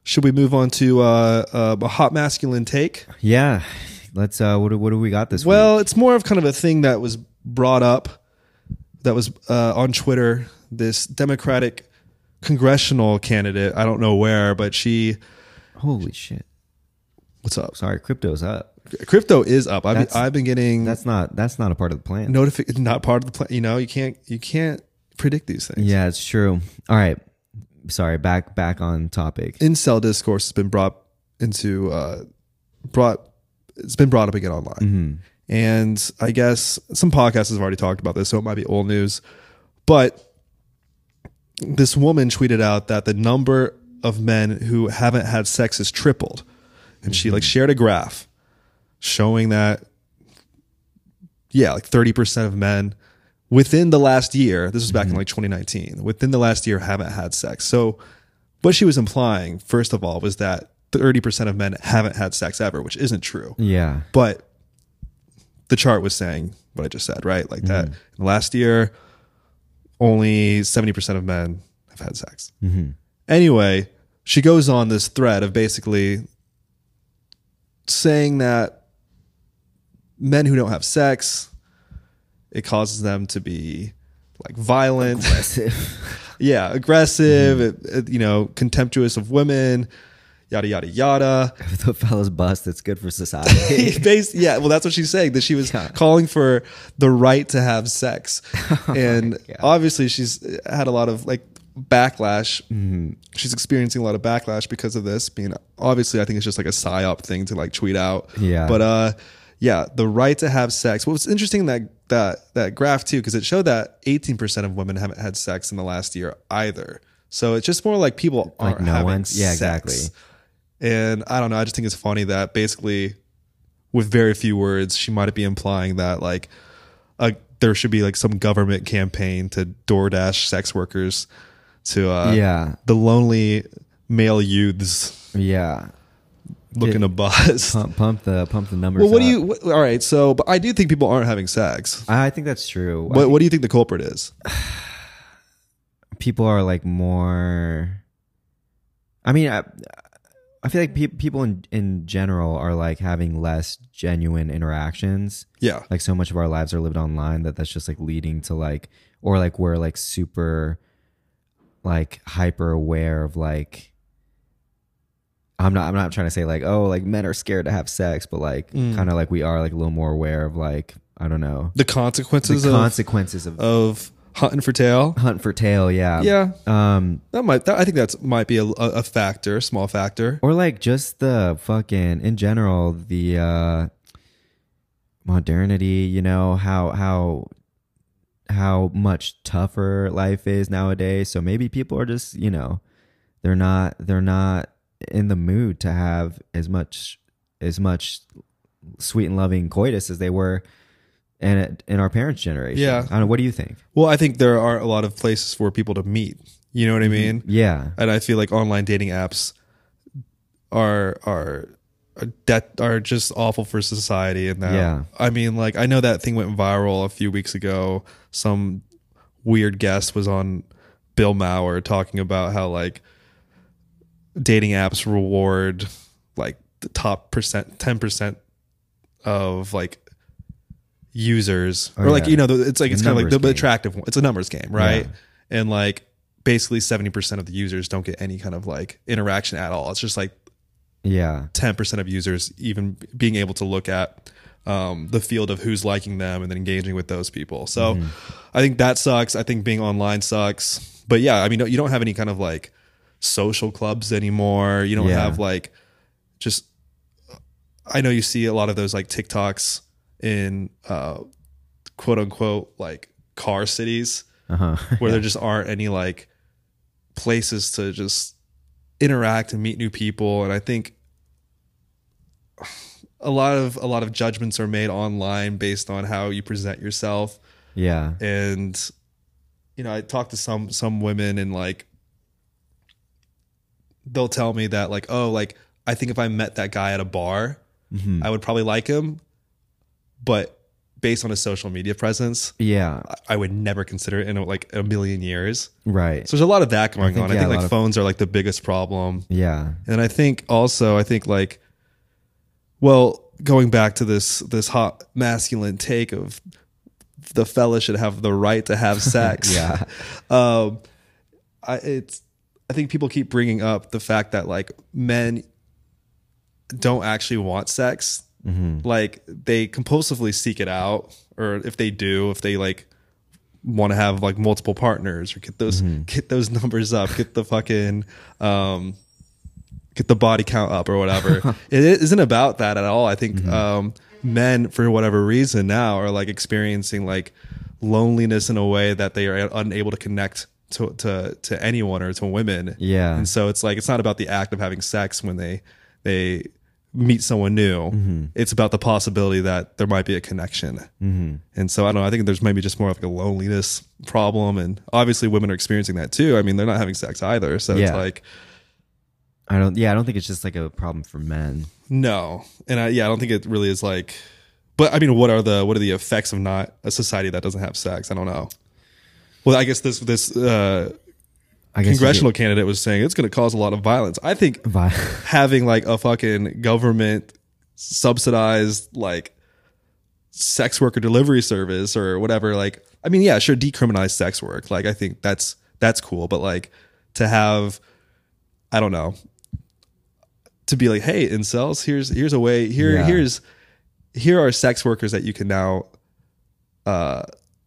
should we move on to uh, uh, a hot masculine take? yeah. Let's. Uh. What do, what do we got this week? Well, it's more of kind of a thing that was brought up that was uh, on Twitter. This Democratic congressional candidate, I don't know where, but she. Holy shit! What's up? Sorry, crypto's up. Crypto is up. I've, That's- I've been getting That's not that's not a part of the plan. notific not part of the plan. You know, you can't you can't predict these things. Yeah, it's true. All right. Sorry, back back on topic. Incel discourse has been brought into uh, brought it's been brought up again online, and I guess some podcasts have already talked about this, so it might be old news. But this woman tweeted out that the number of men who haven't had sex has tripled, and she like shared a graph showing that yeah, like 30% of men within the last year, this was back in like 2019, within the last year haven't had sex. So what she was implying, first of all, was that 30% of men haven't had sex ever, which isn't true. Yeah. But the chart was saying what I just said, right? Like that in the last year, only 70% of men have had sex. Anyway, she goes on this thread of basically saying that men who don't have sex, it causes them to be like violent, yeah, aggressive, it- it, you know, contemptuous of women, yada, yada, yada. if the fella's bust, it's good for society. Based, yeah, well, that's what she's saying that she was Yeah. Oh calling for the right to have sex, and God. obviously she's had a lot of like backlash. Mm-hmm. She's experiencing a lot of backlash because of this. Being obviously, I think it's just like a psyop thing to like tweet out. Yeah. but uh, yeah, the right to have sex. What was interesting that that that graph too, because it showed that eighteen percent of women haven't had sex in the last year either. So it's just more like people Like aren't no having one's- yeah, sex. exactly. And I don't know. I just think it's funny that basically, with very few words, she might be implying that like, uh, there should be like some government campaign to DoorDash sex workers, to uh, yeah. the lonely male youths Yeah. looking to bust. Pump pump the pump the numbers. Well, what do up. you? What, all right, so but I do think people aren't having sex. I I think that's true. I What, what do you think the culprit is? think people are like more. I mean, I, I feel like pe- people in in general are like having less genuine interactions. Yeah, like so much of our lives are lived online that that's just like leading to like or like we're like super like hyper aware of like I'm not I'm not trying to say like oh like men are scared to have sex but like Mm. kind of like we are like a little more aware of like I don't know the the consequences of, consequences of uh, of hunting for tail. hunt for tail yeah Yeah, um that might. That, I think that's might be a, a a factor, small factor. or like just the fucking in general the uh modernity you know how how how much tougher life is nowadays so maybe people are just you know they're not they're not in the mood to have as much as much sweet and loving coitus as they were in it, in our parents generation Yeah. i don't know what do you think Well, I think there are a lot of places for people to meet. You know what I Mm-hmm. mean? yeah And I feel like online dating apps are are are that are just awful for society. And that Yeah. I mean, like I know that thing went viral a few weeks ago. Some weird guest was on Bill Maher talking about how like dating apps reward like the top percent, ten percent of like users, Oh, or like yeah. you know, the- it's like it's kind of like numbers the, the game. attractive one. It's a numbers game, right? Yeah. And like basically seventy percent of the users don't get any kind of like interaction at all. It's just like yeah ten percent of users even being able to look at um, the field of who's liking them and then engaging with those people. So I think that sucks. I think being online sucks. But yeah, I mean, you don't have any kind of like social clubs anymore. You don't Yeah. have like just. I know you see a lot of those like TikToks in uh, quote unquote like car cities uh-huh where there just aren't any like places to just interact and meet new people and i think a lot of a lot of judgments are made online based on how you present yourself yeah and you know i talked to some some women and like they'll tell me that like oh like i think if i met that guy at a bar i would probably like him but based on his social media presence yeah I would never consider it in like a million years. right So there's a lot of that going think, on. yeah, I a think lot like of- phones are like the biggest problem. yeah And I think also, I think like, well, going back to this this hot masculine take of the fella should have the right to have sex. Yeah. um, I it's I think people keep bringing up the fact that like men don't actually want sex. Mm-hmm. Like they compulsively seek it out, or if they do, if they like want to have like multiple partners or get those get those numbers up, get the fucking um get the body count up or whatever. it isn't about that at all. I think um, men, for whatever reason, now are like experiencing like loneliness in a way that they are unable to connect to to, to anyone or to women. Yeah. and so it's like it's not about the act of having sex when they they meet someone new. It's about the possibility that there might be a connection. Mm-hmm. And so I don't know. I think there's maybe just more of like a loneliness problem, and obviously women are experiencing that too. I mean, they're not having sex either, so it's Yeah. like. I don't. Yeah, I don't think it's just like a problem for men. No, and I yeah, I don't think it really is like. But I mean, what are the what are the effects of not a society that doesn't have sex? I don't know. Well, I guess this this uh, I guess you congressional candidate was saying it's going to cause a lot of violence. I think get vi- having like a fucking government subsidized like sex worker delivery service or whatever like i mean yeah sure decriminalize sex work like i think that's that's cool but like to have i don't know to be like hey incels here's here's a way here Yeah. here's here are sex workers that you can now uh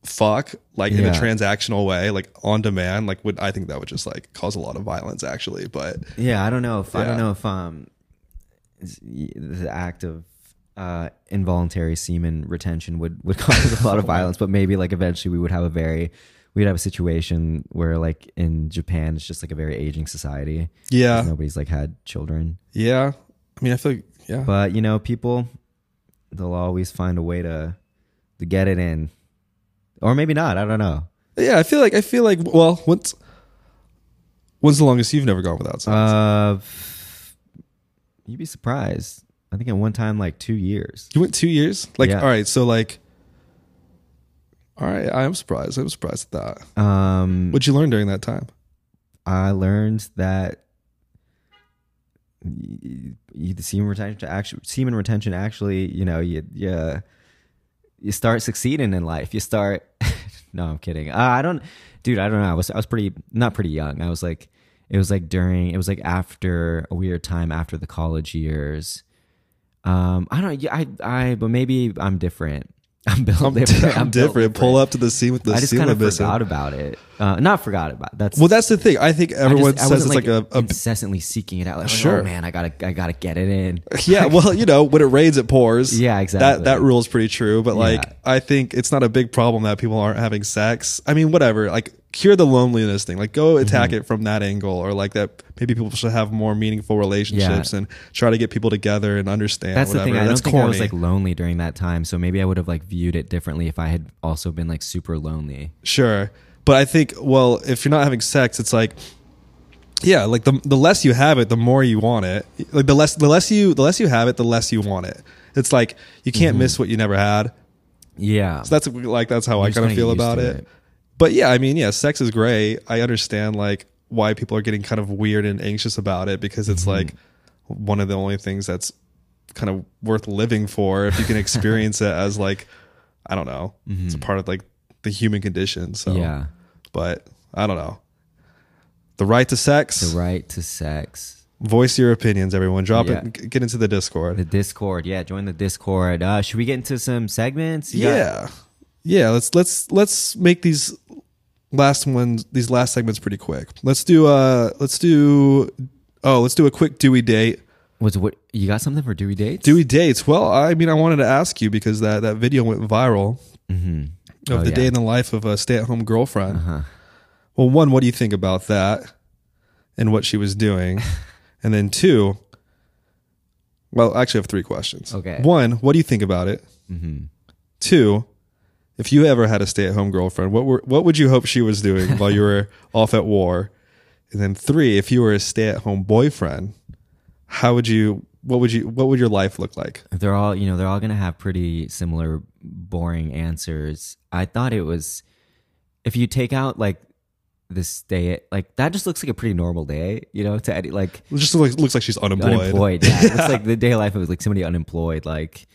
fuck like in a Yeah. transactional way like on demand like would i think that would just like cause a lot of violence actually but Yeah, I don't know if I Yeah. don't know if um s- y- the act of uh involuntary semen retention would would cause a lot Oh, of violence, but maybe like eventually we would have a very we'd have a situation where like in Japan it's just like a very aging society. yeah Nobody's like had children. Yeah. I mean, I feel like, yeah. But you know, people they'll always find a way to to get it in. Or maybe not, I don't know. yeah, I feel like, I feel like, well, what's, when's the longest you've never gone without sex? Uh f- you'd be surprised. I think at one time like 2 years. you went two years? Like, yeah. all right. So, like, all right. I am surprised. I'm surprised at that. Um What'd you learn during that time? I learned that y- y- the semen retention to actually semen retention actually you know you you, you start succeeding in life you start no I'm kidding uh, I don't dude I don't know I was I was pretty not pretty young I was like it was like during it was like after a weird time after the college years um I don't yeah, I I but maybe I'm different I'm built I'm, different different. I'm built different. Pull up to the scene with the I just kind of syllabus in- forgot about it uh, not forgot about that's Well, that's the thing. I think I everyone just- I says it's wasn't, like, a, a incessantly seeking it out. Like, Sure. oh man, I gotta, I gotta get it in. yeah. Well, you know, when it rains, it pours. Yeah, That exactly. that rule's pretty true. But like, Yeah. I think it's not a big problem that people aren't having sex. I mean, whatever. Like, cure the loneliness thing. Like, Mm-hmm. go attack it from that angle, or like that. Maybe people should have more meaningful relationships and try to get people together and understand. That's whatever. the thing. I That's don't think corny. I was like lonely during that time, so maybe I would have like viewed it differently if I had also been like super lonely. Sure. But I think, well, if you're not having sex, it's like, yeah, like the the less you have it, the more you want it. Like the less the less you the less you have it, the less you want it. It's like you Mm-hmm. can't miss what you never had. Yeah, So that's like that's how I just kind of gotta feel get used about to it. it. But yeah, I mean, yeah, sex is great. I understand like why people are getting kind of weird and anxious about it because Mm-hmm. it's like one of the only things that's kind of worth living for if you can experience it as like I don't know, it's a part of like the human condition. So Mm-hmm. yeah. but I don't know. The right to sex. The right to sex. Voice your opinions, everyone. Drop Yeah. it. g- Get into the Discord. The Discord. Yeah, join the Discord. Uh, should we get into some segments? You got- yeah yeah let's let's let's make these last ones these last segments pretty quick let's do uh let's do oh let's do a quick dewey date Was what you got something for Dewey dates? dewey dates well i mean i wanted to ask you because that that video went viral of Oh, the yeah. Uh-huh. day in the life of a stay-at-home girlfriend well one what do you think about that and what she was doing and then two well actually i have three questions Okay. Mm-hmm. one what do you think about it Two, if you ever had a stay-at-home girlfriend, what were what would you hope she was doing while you were off at war? And then three, if you were a stay-at-home boyfriend, how would you? What would you? What would your life look like? they're all you know they're all going to have pretty similar boring answers i thought it was if you take out like this day like that just looks like a pretty normal day you know to any like It just looks, looks like she's unemployed. unemployed yeah. it's like the day of life of like somebody unemployed like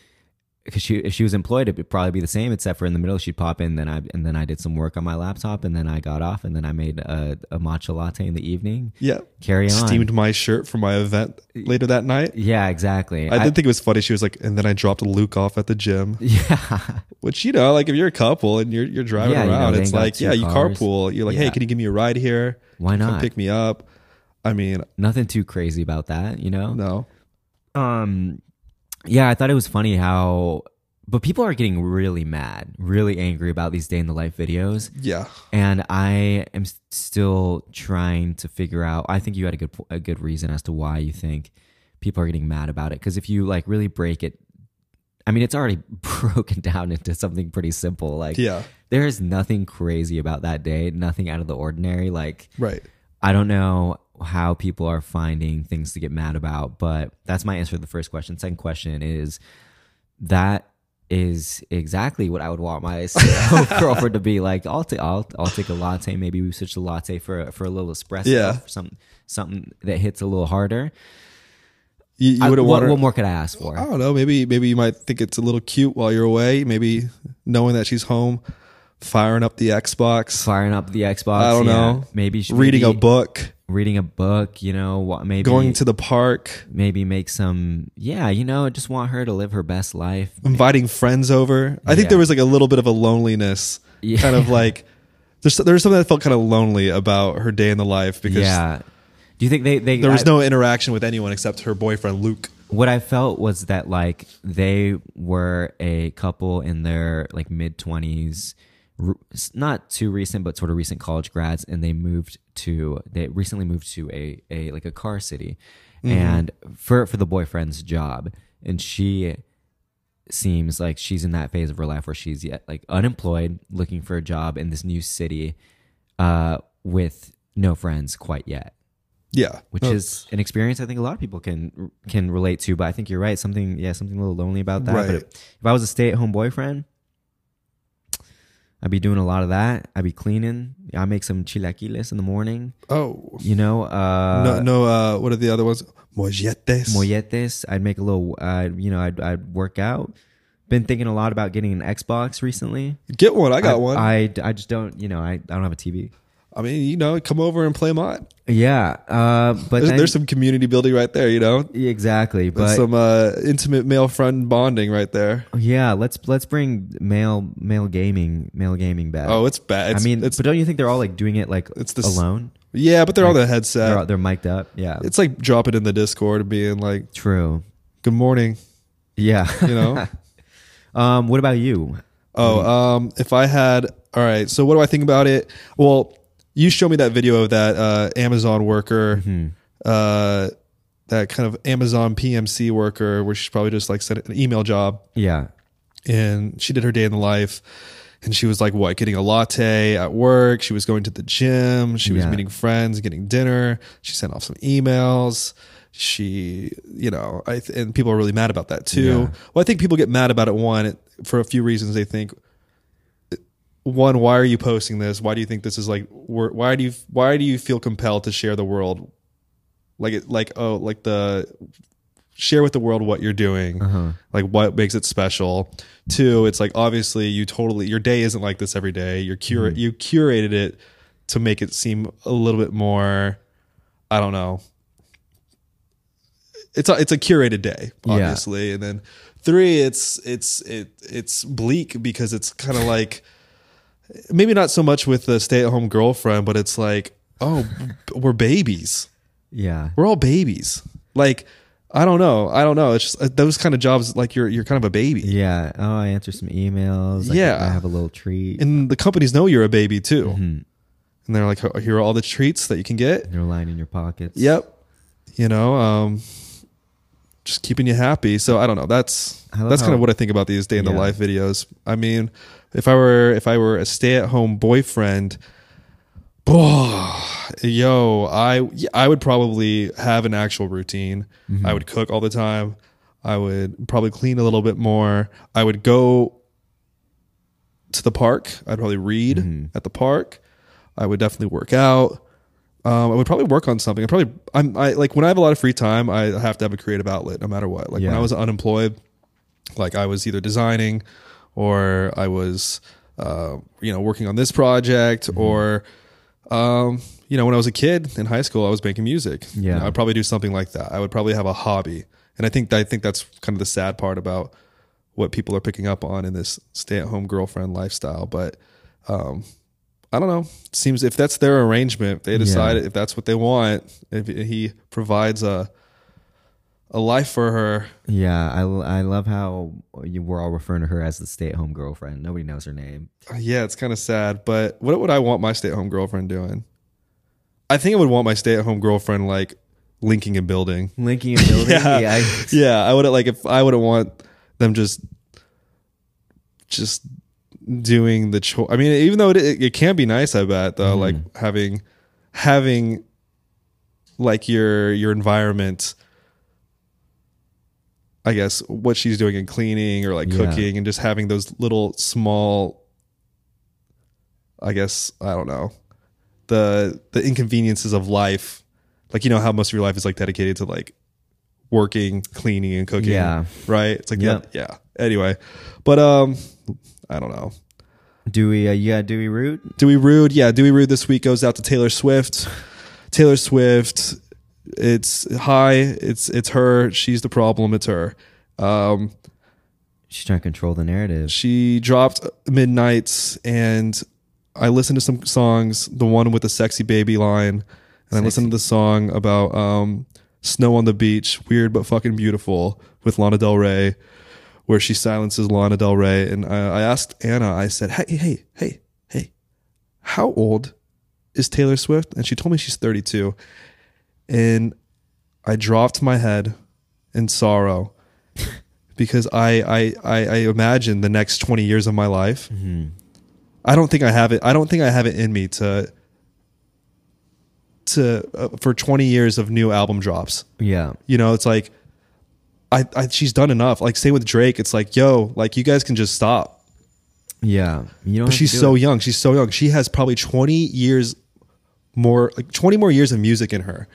because she if she was employed, it would probably be the same, except for in the middle she'd pop in, then I and then I did some work on my laptop, and then I got off, and then I made a, a matcha latte in the evening. Yeah. Carry on. Steamed my shirt for my event later that night. Yeah, exactly. I did think it was funny. She was like, and then I dropped Luke off at the gym. yeah, Which you know, like if you're a couple and you're you're driving Yeah, you know, around, they it's ain't got like two yeah, you cars. carpool. You're like, Yeah. hey, can you give me a ride here? Why Come not? pick me up. I mean, nothing too crazy about that, you know. no, Um, yeah, I thought it was funny how, but people are getting really mad, really angry about these day in the life videos, yeah, and I am s- still trying to figure out. I think you had a good po- a good reason as to why you think people are getting mad about it. Because if you like really break it, I mean, it's already broken down into something pretty simple. Like, yeah, there is nothing crazy about that day, nothing out of the ordinary. Like, right, I don't know how people are finding things to get mad about, but that's my answer to the first question. Second question is that is exactly what I would want my girlfriend to be like. I'll take I'll I'll take a latte. Maybe we switch the latte for a- for a little espresso. Yeah. for something something that hits a little harder. you, you I- would have what, wanted. what more could I ask for? I don't know. Maybe maybe you might think it's a little cute while you're away. Maybe knowing that she's home, firing up the Xbox, Firing up the Xbox. I don't yeah. know. Maybe she, reading a maybe book, Reading a book. You know. wha- Maybe going to the park, maybe make some. Yeah. You know. I Just want her to live her best life. inviting friends over. I think Yeah. there was like a little bit of a loneliness, Yeah. kind of like there's there's something that felt kind of lonely about her day in the life because yeah. Do you think they they there was I- no interaction with anyone except her boyfriend Luke. what I felt was that like they were a couple in their like mid twenties, not too recent, but sort of recent college grads, and they moved to they recently moved to a a like a car city, Mm-hmm. and for for the boyfriend's job, and she seems like she's in that phase of her life where she's yet like unemployed, looking for a job in this new city, uh, with no friends quite yet Yeah, which No, is an experience I think a lot of people can can relate to. But I think you're right. Something, yeah, something a little lonely about that. But Right. if, if I was a stay at home boyfriend, I'd be doing a lot of that. I'd be cleaning. I make some chilaquiles in the morning. oh You know, uh, no no uh what are the other ones? Molletes. molletes. I'd make a little. Uh, you know, I'd I'd work out. Been thinking a lot about getting an Xbox recently. Get one. I got one. I, I, I just don't. You know, I, I don't have a TV. mean, you know, come over and play mine. Yeah, uh, but There's, then- there's some community building right there. You know, exactly. But There's some uh, intimate male friend bonding right there. Yeah, let's let's bring male male gaming male gaming back. Oh, it's bad. It's, I mean, it's but don't you think they're all like doing it like It's the s- alone? yeah, but they're on the They're all- headset. they're mic'd up. Yeah, It's like dropping in the Discord and being like, true. "Good morning," Yeah. you know. um, what about you? Oh, um, if I had, all right. So what do I think about it? Well, you showed me that video of that uh, Amazon worker, uh, that kind of Amazon PMC worker, where she's probably just like sent an email job, Yeah. and she did her day in the life, and she was like, what, getting a latte at work? She was going to the gym. She was Yeah. meeting friends, getting dinner. She sent off some emails. She, you know, I th- and people are really mad about that too. Well, I think people get mad about it one it- for a few reasons. They think one why are you posting this why do you think this is like wor- why do you why do you feel compelled to share the world like it like oh like the share with the world what you're doing like what makes it special two it's like obviously you totally your day isn't like this every day you're cura- you curated it to make it seem a little bit more i don't know it's a, it's a curated day Yeah. obviously and then three it's it's it it's bleak because it's kind of like maybe not so much with the stay-at-home girlfriend but it's like oh b- we're babies Yeah. we're all babies like i don't know i don't know it's just uh, those kind of jobs like you're you're kind of a baby Yeah. Oh, I answer some emails. I- Yeah. I have a Mm-hmm. little treat. and the companies know you're a baby too and they're like here are all the treats that you can get They're lying in your pockets. yep you know um just keeping you happy so i don't know that's I love that's kind how- of what i think about these day in the Yeah. life videos i mean if i were if i were a stay-at-home boyfriend oh, yo i i would probably have an actual routine Mm-hmm. i would cook all the time i would probably clean a little bit more i would go to the park i'd probably read Mm-hmm. at the park i would definitely work out um, I would probably work on something. I probably I'm I like when I have a lot of free time, I have to have a creative outlet no matter what. Like Yeah. when I was unemployed, Like I was either designing or I was, uh, you know, working on this project Mm-hmm. or, um, you know, when I was a kid in high school, I was making music. You Yeah. know, I'd probably do something like that. I would probably have a hobby. And I think I think that's kind of the sad part about what people are picking up on in this stay-at-home girlfriend lifestyle. But um, I don't know. It seems if that's their arrangement, they decide if that's what they want. If he provides a a life for her, Yeah, I, l- I love how you we're all referring to her as the stay at home girlfriend. Nobody knows her name. yeah, it's kind of sad. But what would I want my stay-at-home girlfriend doing? I think I would want my stay-at-home girlfriend like linking and building. Linking and building. Yeah. yeah, I- yeah, I would like if I would want them just just doing the chore. I mean, even though it, it, can be nice, I bet though, Mm-hmm. like having having like your your environment. I guess what she's doing in cleaning or like Yeah. cooking and just having those little small. I guess I don't know the the inconveniences of life like you know how most of your life is like dedicated to like working cleaning and cooking Yeah. right it's like Yep. yeah yeah anyway but um i don't know Dewey, uh, yeah, Dewey Root. Dewey Rude, yeah, Dewey Rude this week goes out to Taylor Swift. Taylor Swift, it's hi, it's it's her. She's the problem. It's her. Um, She's trying to control the narrative. she dropped Midnight's, and I listened to some songs. The one with the sexy baby line, and I listened to the song about um, snow on the beach, weird but fucking beautiful, with Lana Del Rey, where she silences Lana Del Rey. And I, I asked Anna, I said, "Hey, hey, hey, hey, how old is Taylor Swift?" And she told me she's 32, and I dropped my head in sorrow because I I I, I imagine the next twenty years of my life. I don't think I have it. I don't think I have it in me to to uh, for twenty years of new album drops. Yeah. You know, it's like I, I she's done enough. Like same with Drake. It's like yo, like you guys can just stop. Yeah. You know, But she's so young. She's so young. She has probably 20 years more, like 20 more years of music in her.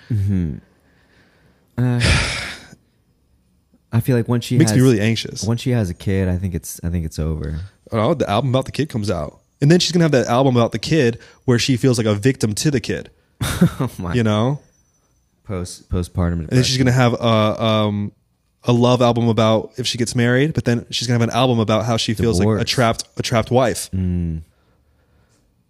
I feel like once she makes has, me really anxious. Once she has a kid, I think it's I think it's over. Oh, the album about the kid comes out. And then she's going to have that album about the kid where she feels like a victim to the kid, Oh my. you know? Post postpartum. And then she's going to have a, um, a love album about if she gets married, but then she's going to have an album about how she feels like a Divorce. Mm. trapped a trapped wife.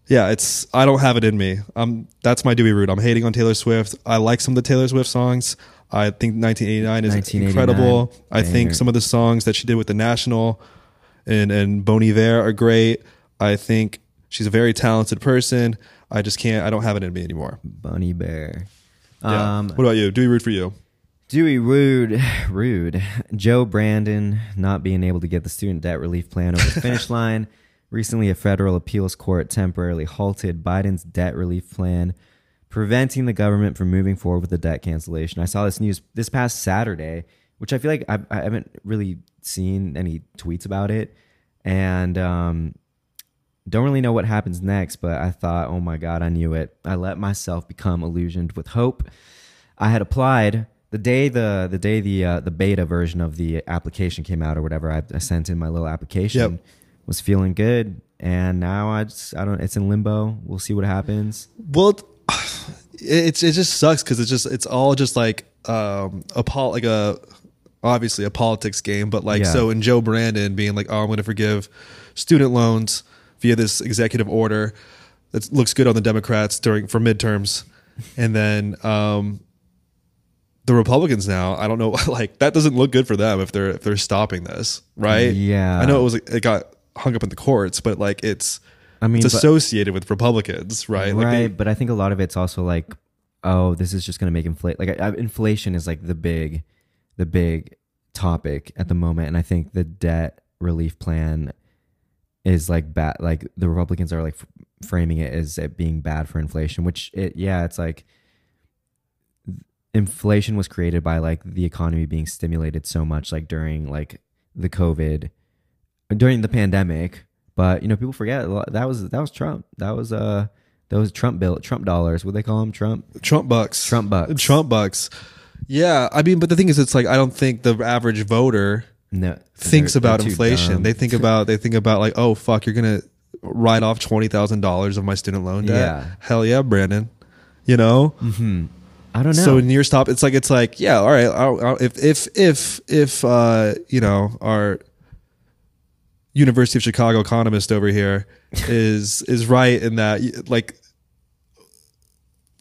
Yeah, it's I don't have it in me. Um that's my Dewey root. I'm hating on Taylor Swift. I like some of the Taylor Swift songs. I think 1989 is 1989, incredible. I think banger. some of the songs that she did with the National and and Bon Iver are great. I think she's a very talented person. I just can't. I don't have it in me anymore. Bunny Bear. Yeah. Um, what about you? Dewey root for you? Dewey Rude, Rude, Joe Brandon not being able to get the student debt relief plan over the finish line. Recently, a federal appeals court temporarily halted Biden's debt relief plan, preventing the government from moving forward with the debt cancellation. I saw this news this past Saturday, which I feel like I, I haven't really seen any tweets about it, and um, don't really know what happens next. But I thought, oh my god, I knew it. I let myself become illusioned with hope. I had applied the day the the day the uh, the beta version of the application came out or whatever. I, I sent in my little application. Yep. Was feeling good, and now I just I don't. It's in limbo. We'll see what happens. Well, it- it's it just sucks because it's just it's all just like um a pol like a obviously a politics game, but like Yeah. so in Joe Brandon being like, oh, I'm going to forgive student loans via this executive order that looks good on the Democrats during for midterms, and then um the Republicans now. I don't know, like that doesn't look good for them if they're if they're stopping this, right? Yeah. I know it was it got hung up in the courts, but like it's. I mean, it's but- associated with Republicans, right? right? Like they- but I think a lot of it's also like, oh, this is just going to make inflate. Like I, I, inflation is like the big, the big topic at the moment, and I think the debt relief plan is like bad. Like the Republicans are like f- framing it as it being bad for inflation, which it yeah, it's like inflation was created by like the economy being stimulated so much like during like the covid during the pandemic but you know people forget a lot- that was that was trump that was uh those trump bill trump dollars what they call them trump Trump bucks. Trump bucks. Trump bucks. Yeah, I mean, but the thing is, it's like I don't think the average voter no, thinks they're- about they're too inflation. dumb. They think about they think about like, oh fuck, you're gonna write off twenty thousand dollars of my student loan debt. Yeah. Hell yeah, Brandon. You know. I don't know. So in your stop, it's like it's like yeah, all right. I'll, I'll, if if if if uh, you know our University of Chicago economist over here is is right in that like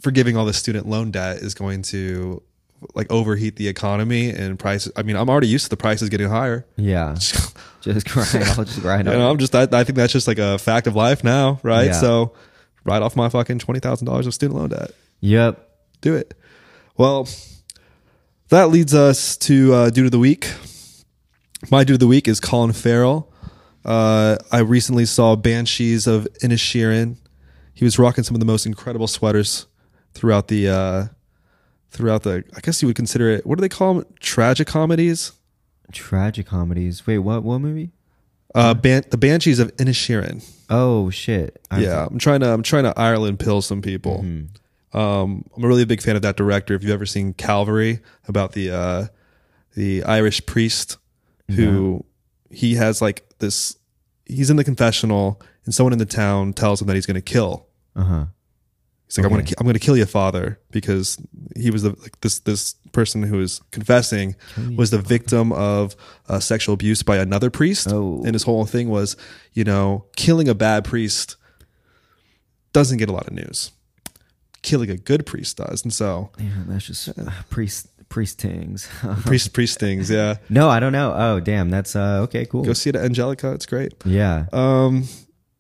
forgiving all the student loan debt is going to like overheat the economy and prices. I mean, I'm already used to the prices getting higher. yeah, just grind. I'll just grind. You on. know, I'm just I, I think that's just like a fact of life now, right? Yeah. So write off my fucking twenty thousand dollars of student loan debt. Yep. Do it. Well, that leads us to uh, dude of the week. My dude of the week is Colin Farrell. Uh, I recently saw Banshees of Inishirin. He was rocking some of the most incredible sweaters throughout the uh, throughout the. I guess you would consider it. What do they call them? Tragic comedies. Tragic comedies. Wait, what? What movie? Uh, Ban- the Banshees of Inishirin. Oh shit. I- yeah, I'm trying to I'm trying to Ireland pill some people. Mm-hmm. Um, I'm a really big fan of that director. If you've ever seen Calvary about the uh, the Irish priest who he has like this, he's in the confessional and someone in the town tells him that he's going to kill. Uh-huh. He's like, I'm gonna ki- I'm gonna kill your father because he was the like, this this person who is confessing was the victim of uh, sexual abuse by another priest, Oh. and his whole thing was, you know, killing a bad priest doesn't get a lot of news. Killing a good priest does, and so Damn, that's just uh, priest priest things. priest priest things, yeah. no, I don't know. Oh damn, that's uh okay, cool. Go see it at Angelica; it's great. yeah. Um,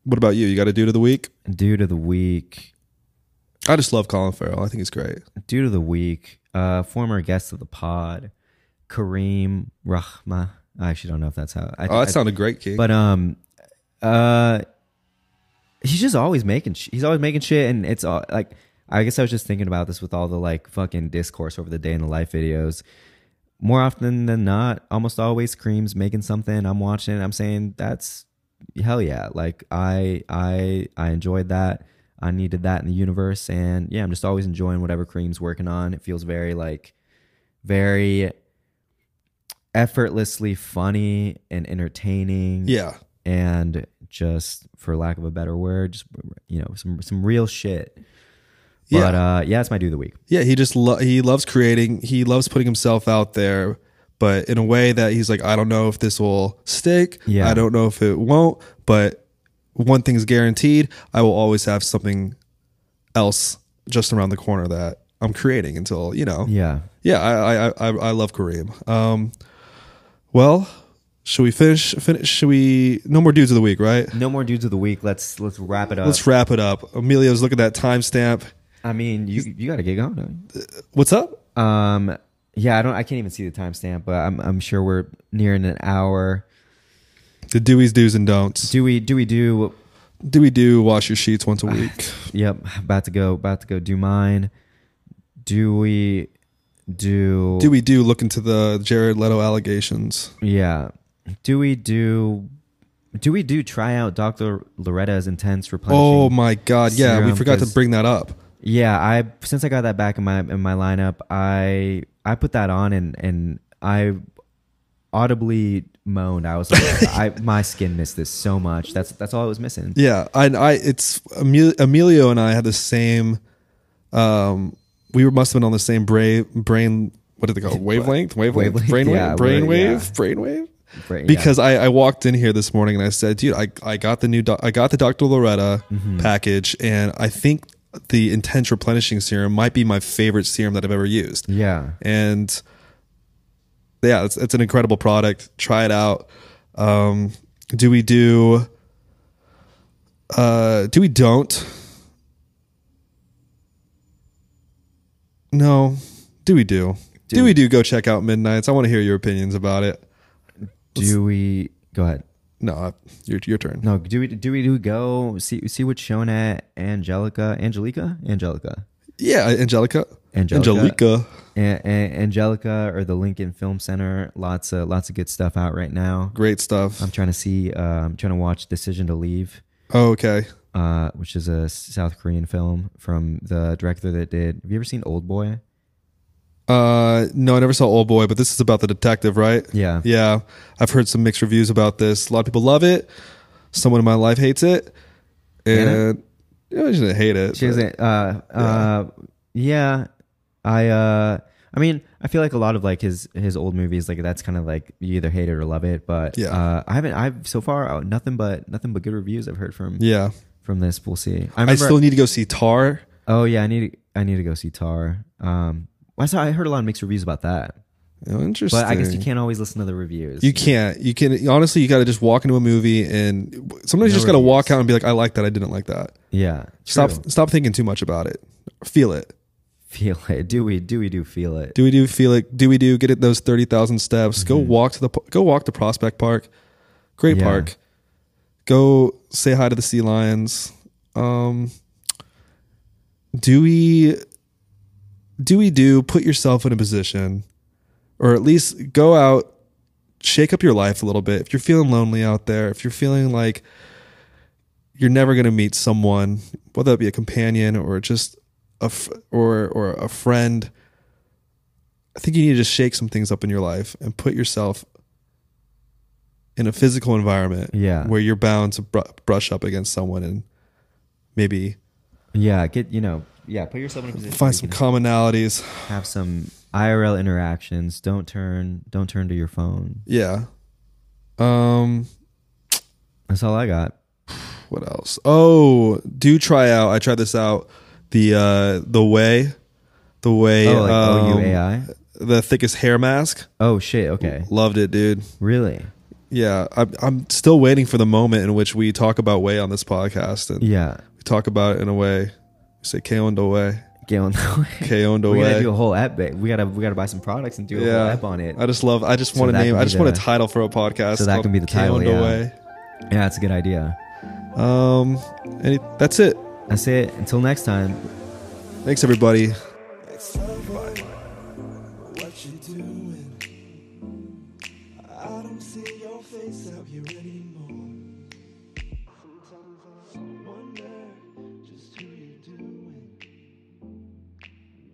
what about you? You got a dude of the week? Dude of the week. I just love Colin Farrell. I think he's great. Dude of the week. Uh former guest of the pod, Kareem Rahma. I actually don't know if that's how I, Oh, that I- sounded great, King. but um uh he's just always making sh- he's always making shit and it's all like i guess i was just thinking about this with all the like fucking discourse over the day in the life videos more often than not almost always creams making something i'm watching i'm saying that's hell yeah like i i i enjoyed that i needed that in the universe and yeah i'm just always enjoying whatever cream's working on it feels very like very effortlessly funny and entertaining yeah, and just for lack of a better word, just you know, some some real shit. But uh yeah, it's my do of the week. Yeah, he just lo- he loves creating. He loves putting himself out there, but in a way that he's like, I don't know if this will stick. Yeah. I don't know if it won't. But one thing's guaranteed: I will always have something else just around the corner that I'm creating until you know. Yeah, Yeah. I I I, I- I love Kareem. Um, well, should we finish? Finish? Should we? No more dudes of the week, right? No more dudes of the week. Let's let's wrap it up. Let's wrap it up. Emilio's looking at that timestamp. I mean, you you got to get going. Don't What's up? you? Um yeah, I don't I can't even see the timestamp, but I'm I'm sure we're nearing an hour. The Dewey's do's and don'ts. Do we do we do Do we do wash your sheets once a week? Yep, about to go about to go do mine. Do we do do we do look into the Jared Leto allegations? Yeah. Do we do do we do try out Dr. Loretta's intense replenishing? Oh my God! Yeah, we Serum, forgot to 'cause- bring that up. Yeah, I since I got that back in my in my lineup, I I put that on and and I audibly moaned. I was like, I my skin missed this so much. That's that's all it was missing. Yeah, I, I, it's Emil- Emilio and I had the same. Um, we were, must have been on the same brain brain. What did they call it? wavelength? Wavelength? Wavelength, Brainwave? yeah, we're- brainwave? yeah. Brainwave? Right, yeah. Because I, I walked in here this morning and I said, dude, I, I got the new doc- I got the Dr. Loretta Mm-hmm. package, and I think the intense replenishing serum might be my favorite serum that I've ever used. yeah, and yeah, it's, it's an incredible product. Try it out. Um, do we do? Uh, do we don't? No. Do we do? Do, we do? Go check out Midnight's. I want to hear your opinions about it. do we go ahead? No, I- your your turn. No, do we do we do we go see see what's shown at Angelica Angelica Angelica Yeah, Angelica. Angelica. Angelica. A- A- Angelica or the Lincoln Film Center? Lots of lots of good stuff out right now. Great stuff. I'm trying to see. Uh, I'm trying to watch Decision to Leave. Oh, okay. uh, which is a South Korean film from the director that did. Have you ever seen Old Boy? Uh, no, I never saw Old Boy, but this is about the detective, right? Yeah. Yeah. I've heard some mixed reviews about this. A lot of people love it. Someone in my life hates it. And yeah, she didn't hate it. She but- doesn't. Uh, uh, yeah. I. Uh, I mean, I feel like a lot of like his his old movies, like that's kind of like you either hate it or love it. But Yeah. uh, I haven't. I've so far uh, nothing but nothing but good reviews I've heard from Yeah. from this. We'll see. I I remember. still need to go see Tar. oh yeah, I need I need to go see Tar. Um, I saw I heard a lot of mixed reviews about that. Oh, interesting. But I guess you can't always listen to the reviews. You can't. You can honestly. You got to just walk into a movie and sometimes you No just got to reviews. walk out and be like, "I like that. I didn't like that." yeah. Stop. true. Stop thinking too much about it. Feel it. Feel it. Do we? Do we? Do feel it? Do we do feel it? Do we do get it? Those thirty thousand steps. Go walk to the. p- Go walk to Prospect Park. Great Yeah. park. Go say hi to the sea lions. Um, do we? Do we do put yourself in a position, or at least go out, shake up your life a little bit. If you're feeling lonely out there, if you're feeling like you're never going to meet someone, whether it be a companion or just a f- or or a friend. I think you need to just shake some things up in your life and put yourself in a physical environment Yeah. where you're bound to br- brush up against someone and maybe Yeah. Get you know. Yeah. Put yourself in a position. find some commonalities. have some IRL interactions. Don't turn don't turn to your phone. Yeah. Um That's all I got. what else? Oh, do try out. I tried this out the uh the way the way Oh, like um, OUAI? the thickest hair mask. Oh shit, okay. Loved it, dude. Really? Yeah, I'm, I'm still waiting for the moment in which we talk about way on this podcast and Yeah. we talk about it in a way. We say "K on the way, Get on the way. K on the We gotta way." do a whole app. ba- We gotta we gotta buy some products and do a whole yeah, app on it. I just love. I just want to that can name. I be just want a the- title for a podcast. so that called can be the "K title, on the yeah. way. Yeah, that's a good idea. Um, any, that's it. That's it. Until next time. Thanks, everybody. It's over. What you doing? I don't see your face out here anymore. Sometimes I wonder just who you're doing.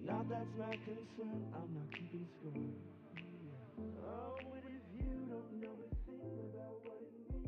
Not that's my concern. I'm not keeping score. Oh, what if you don't know a thing about what it means?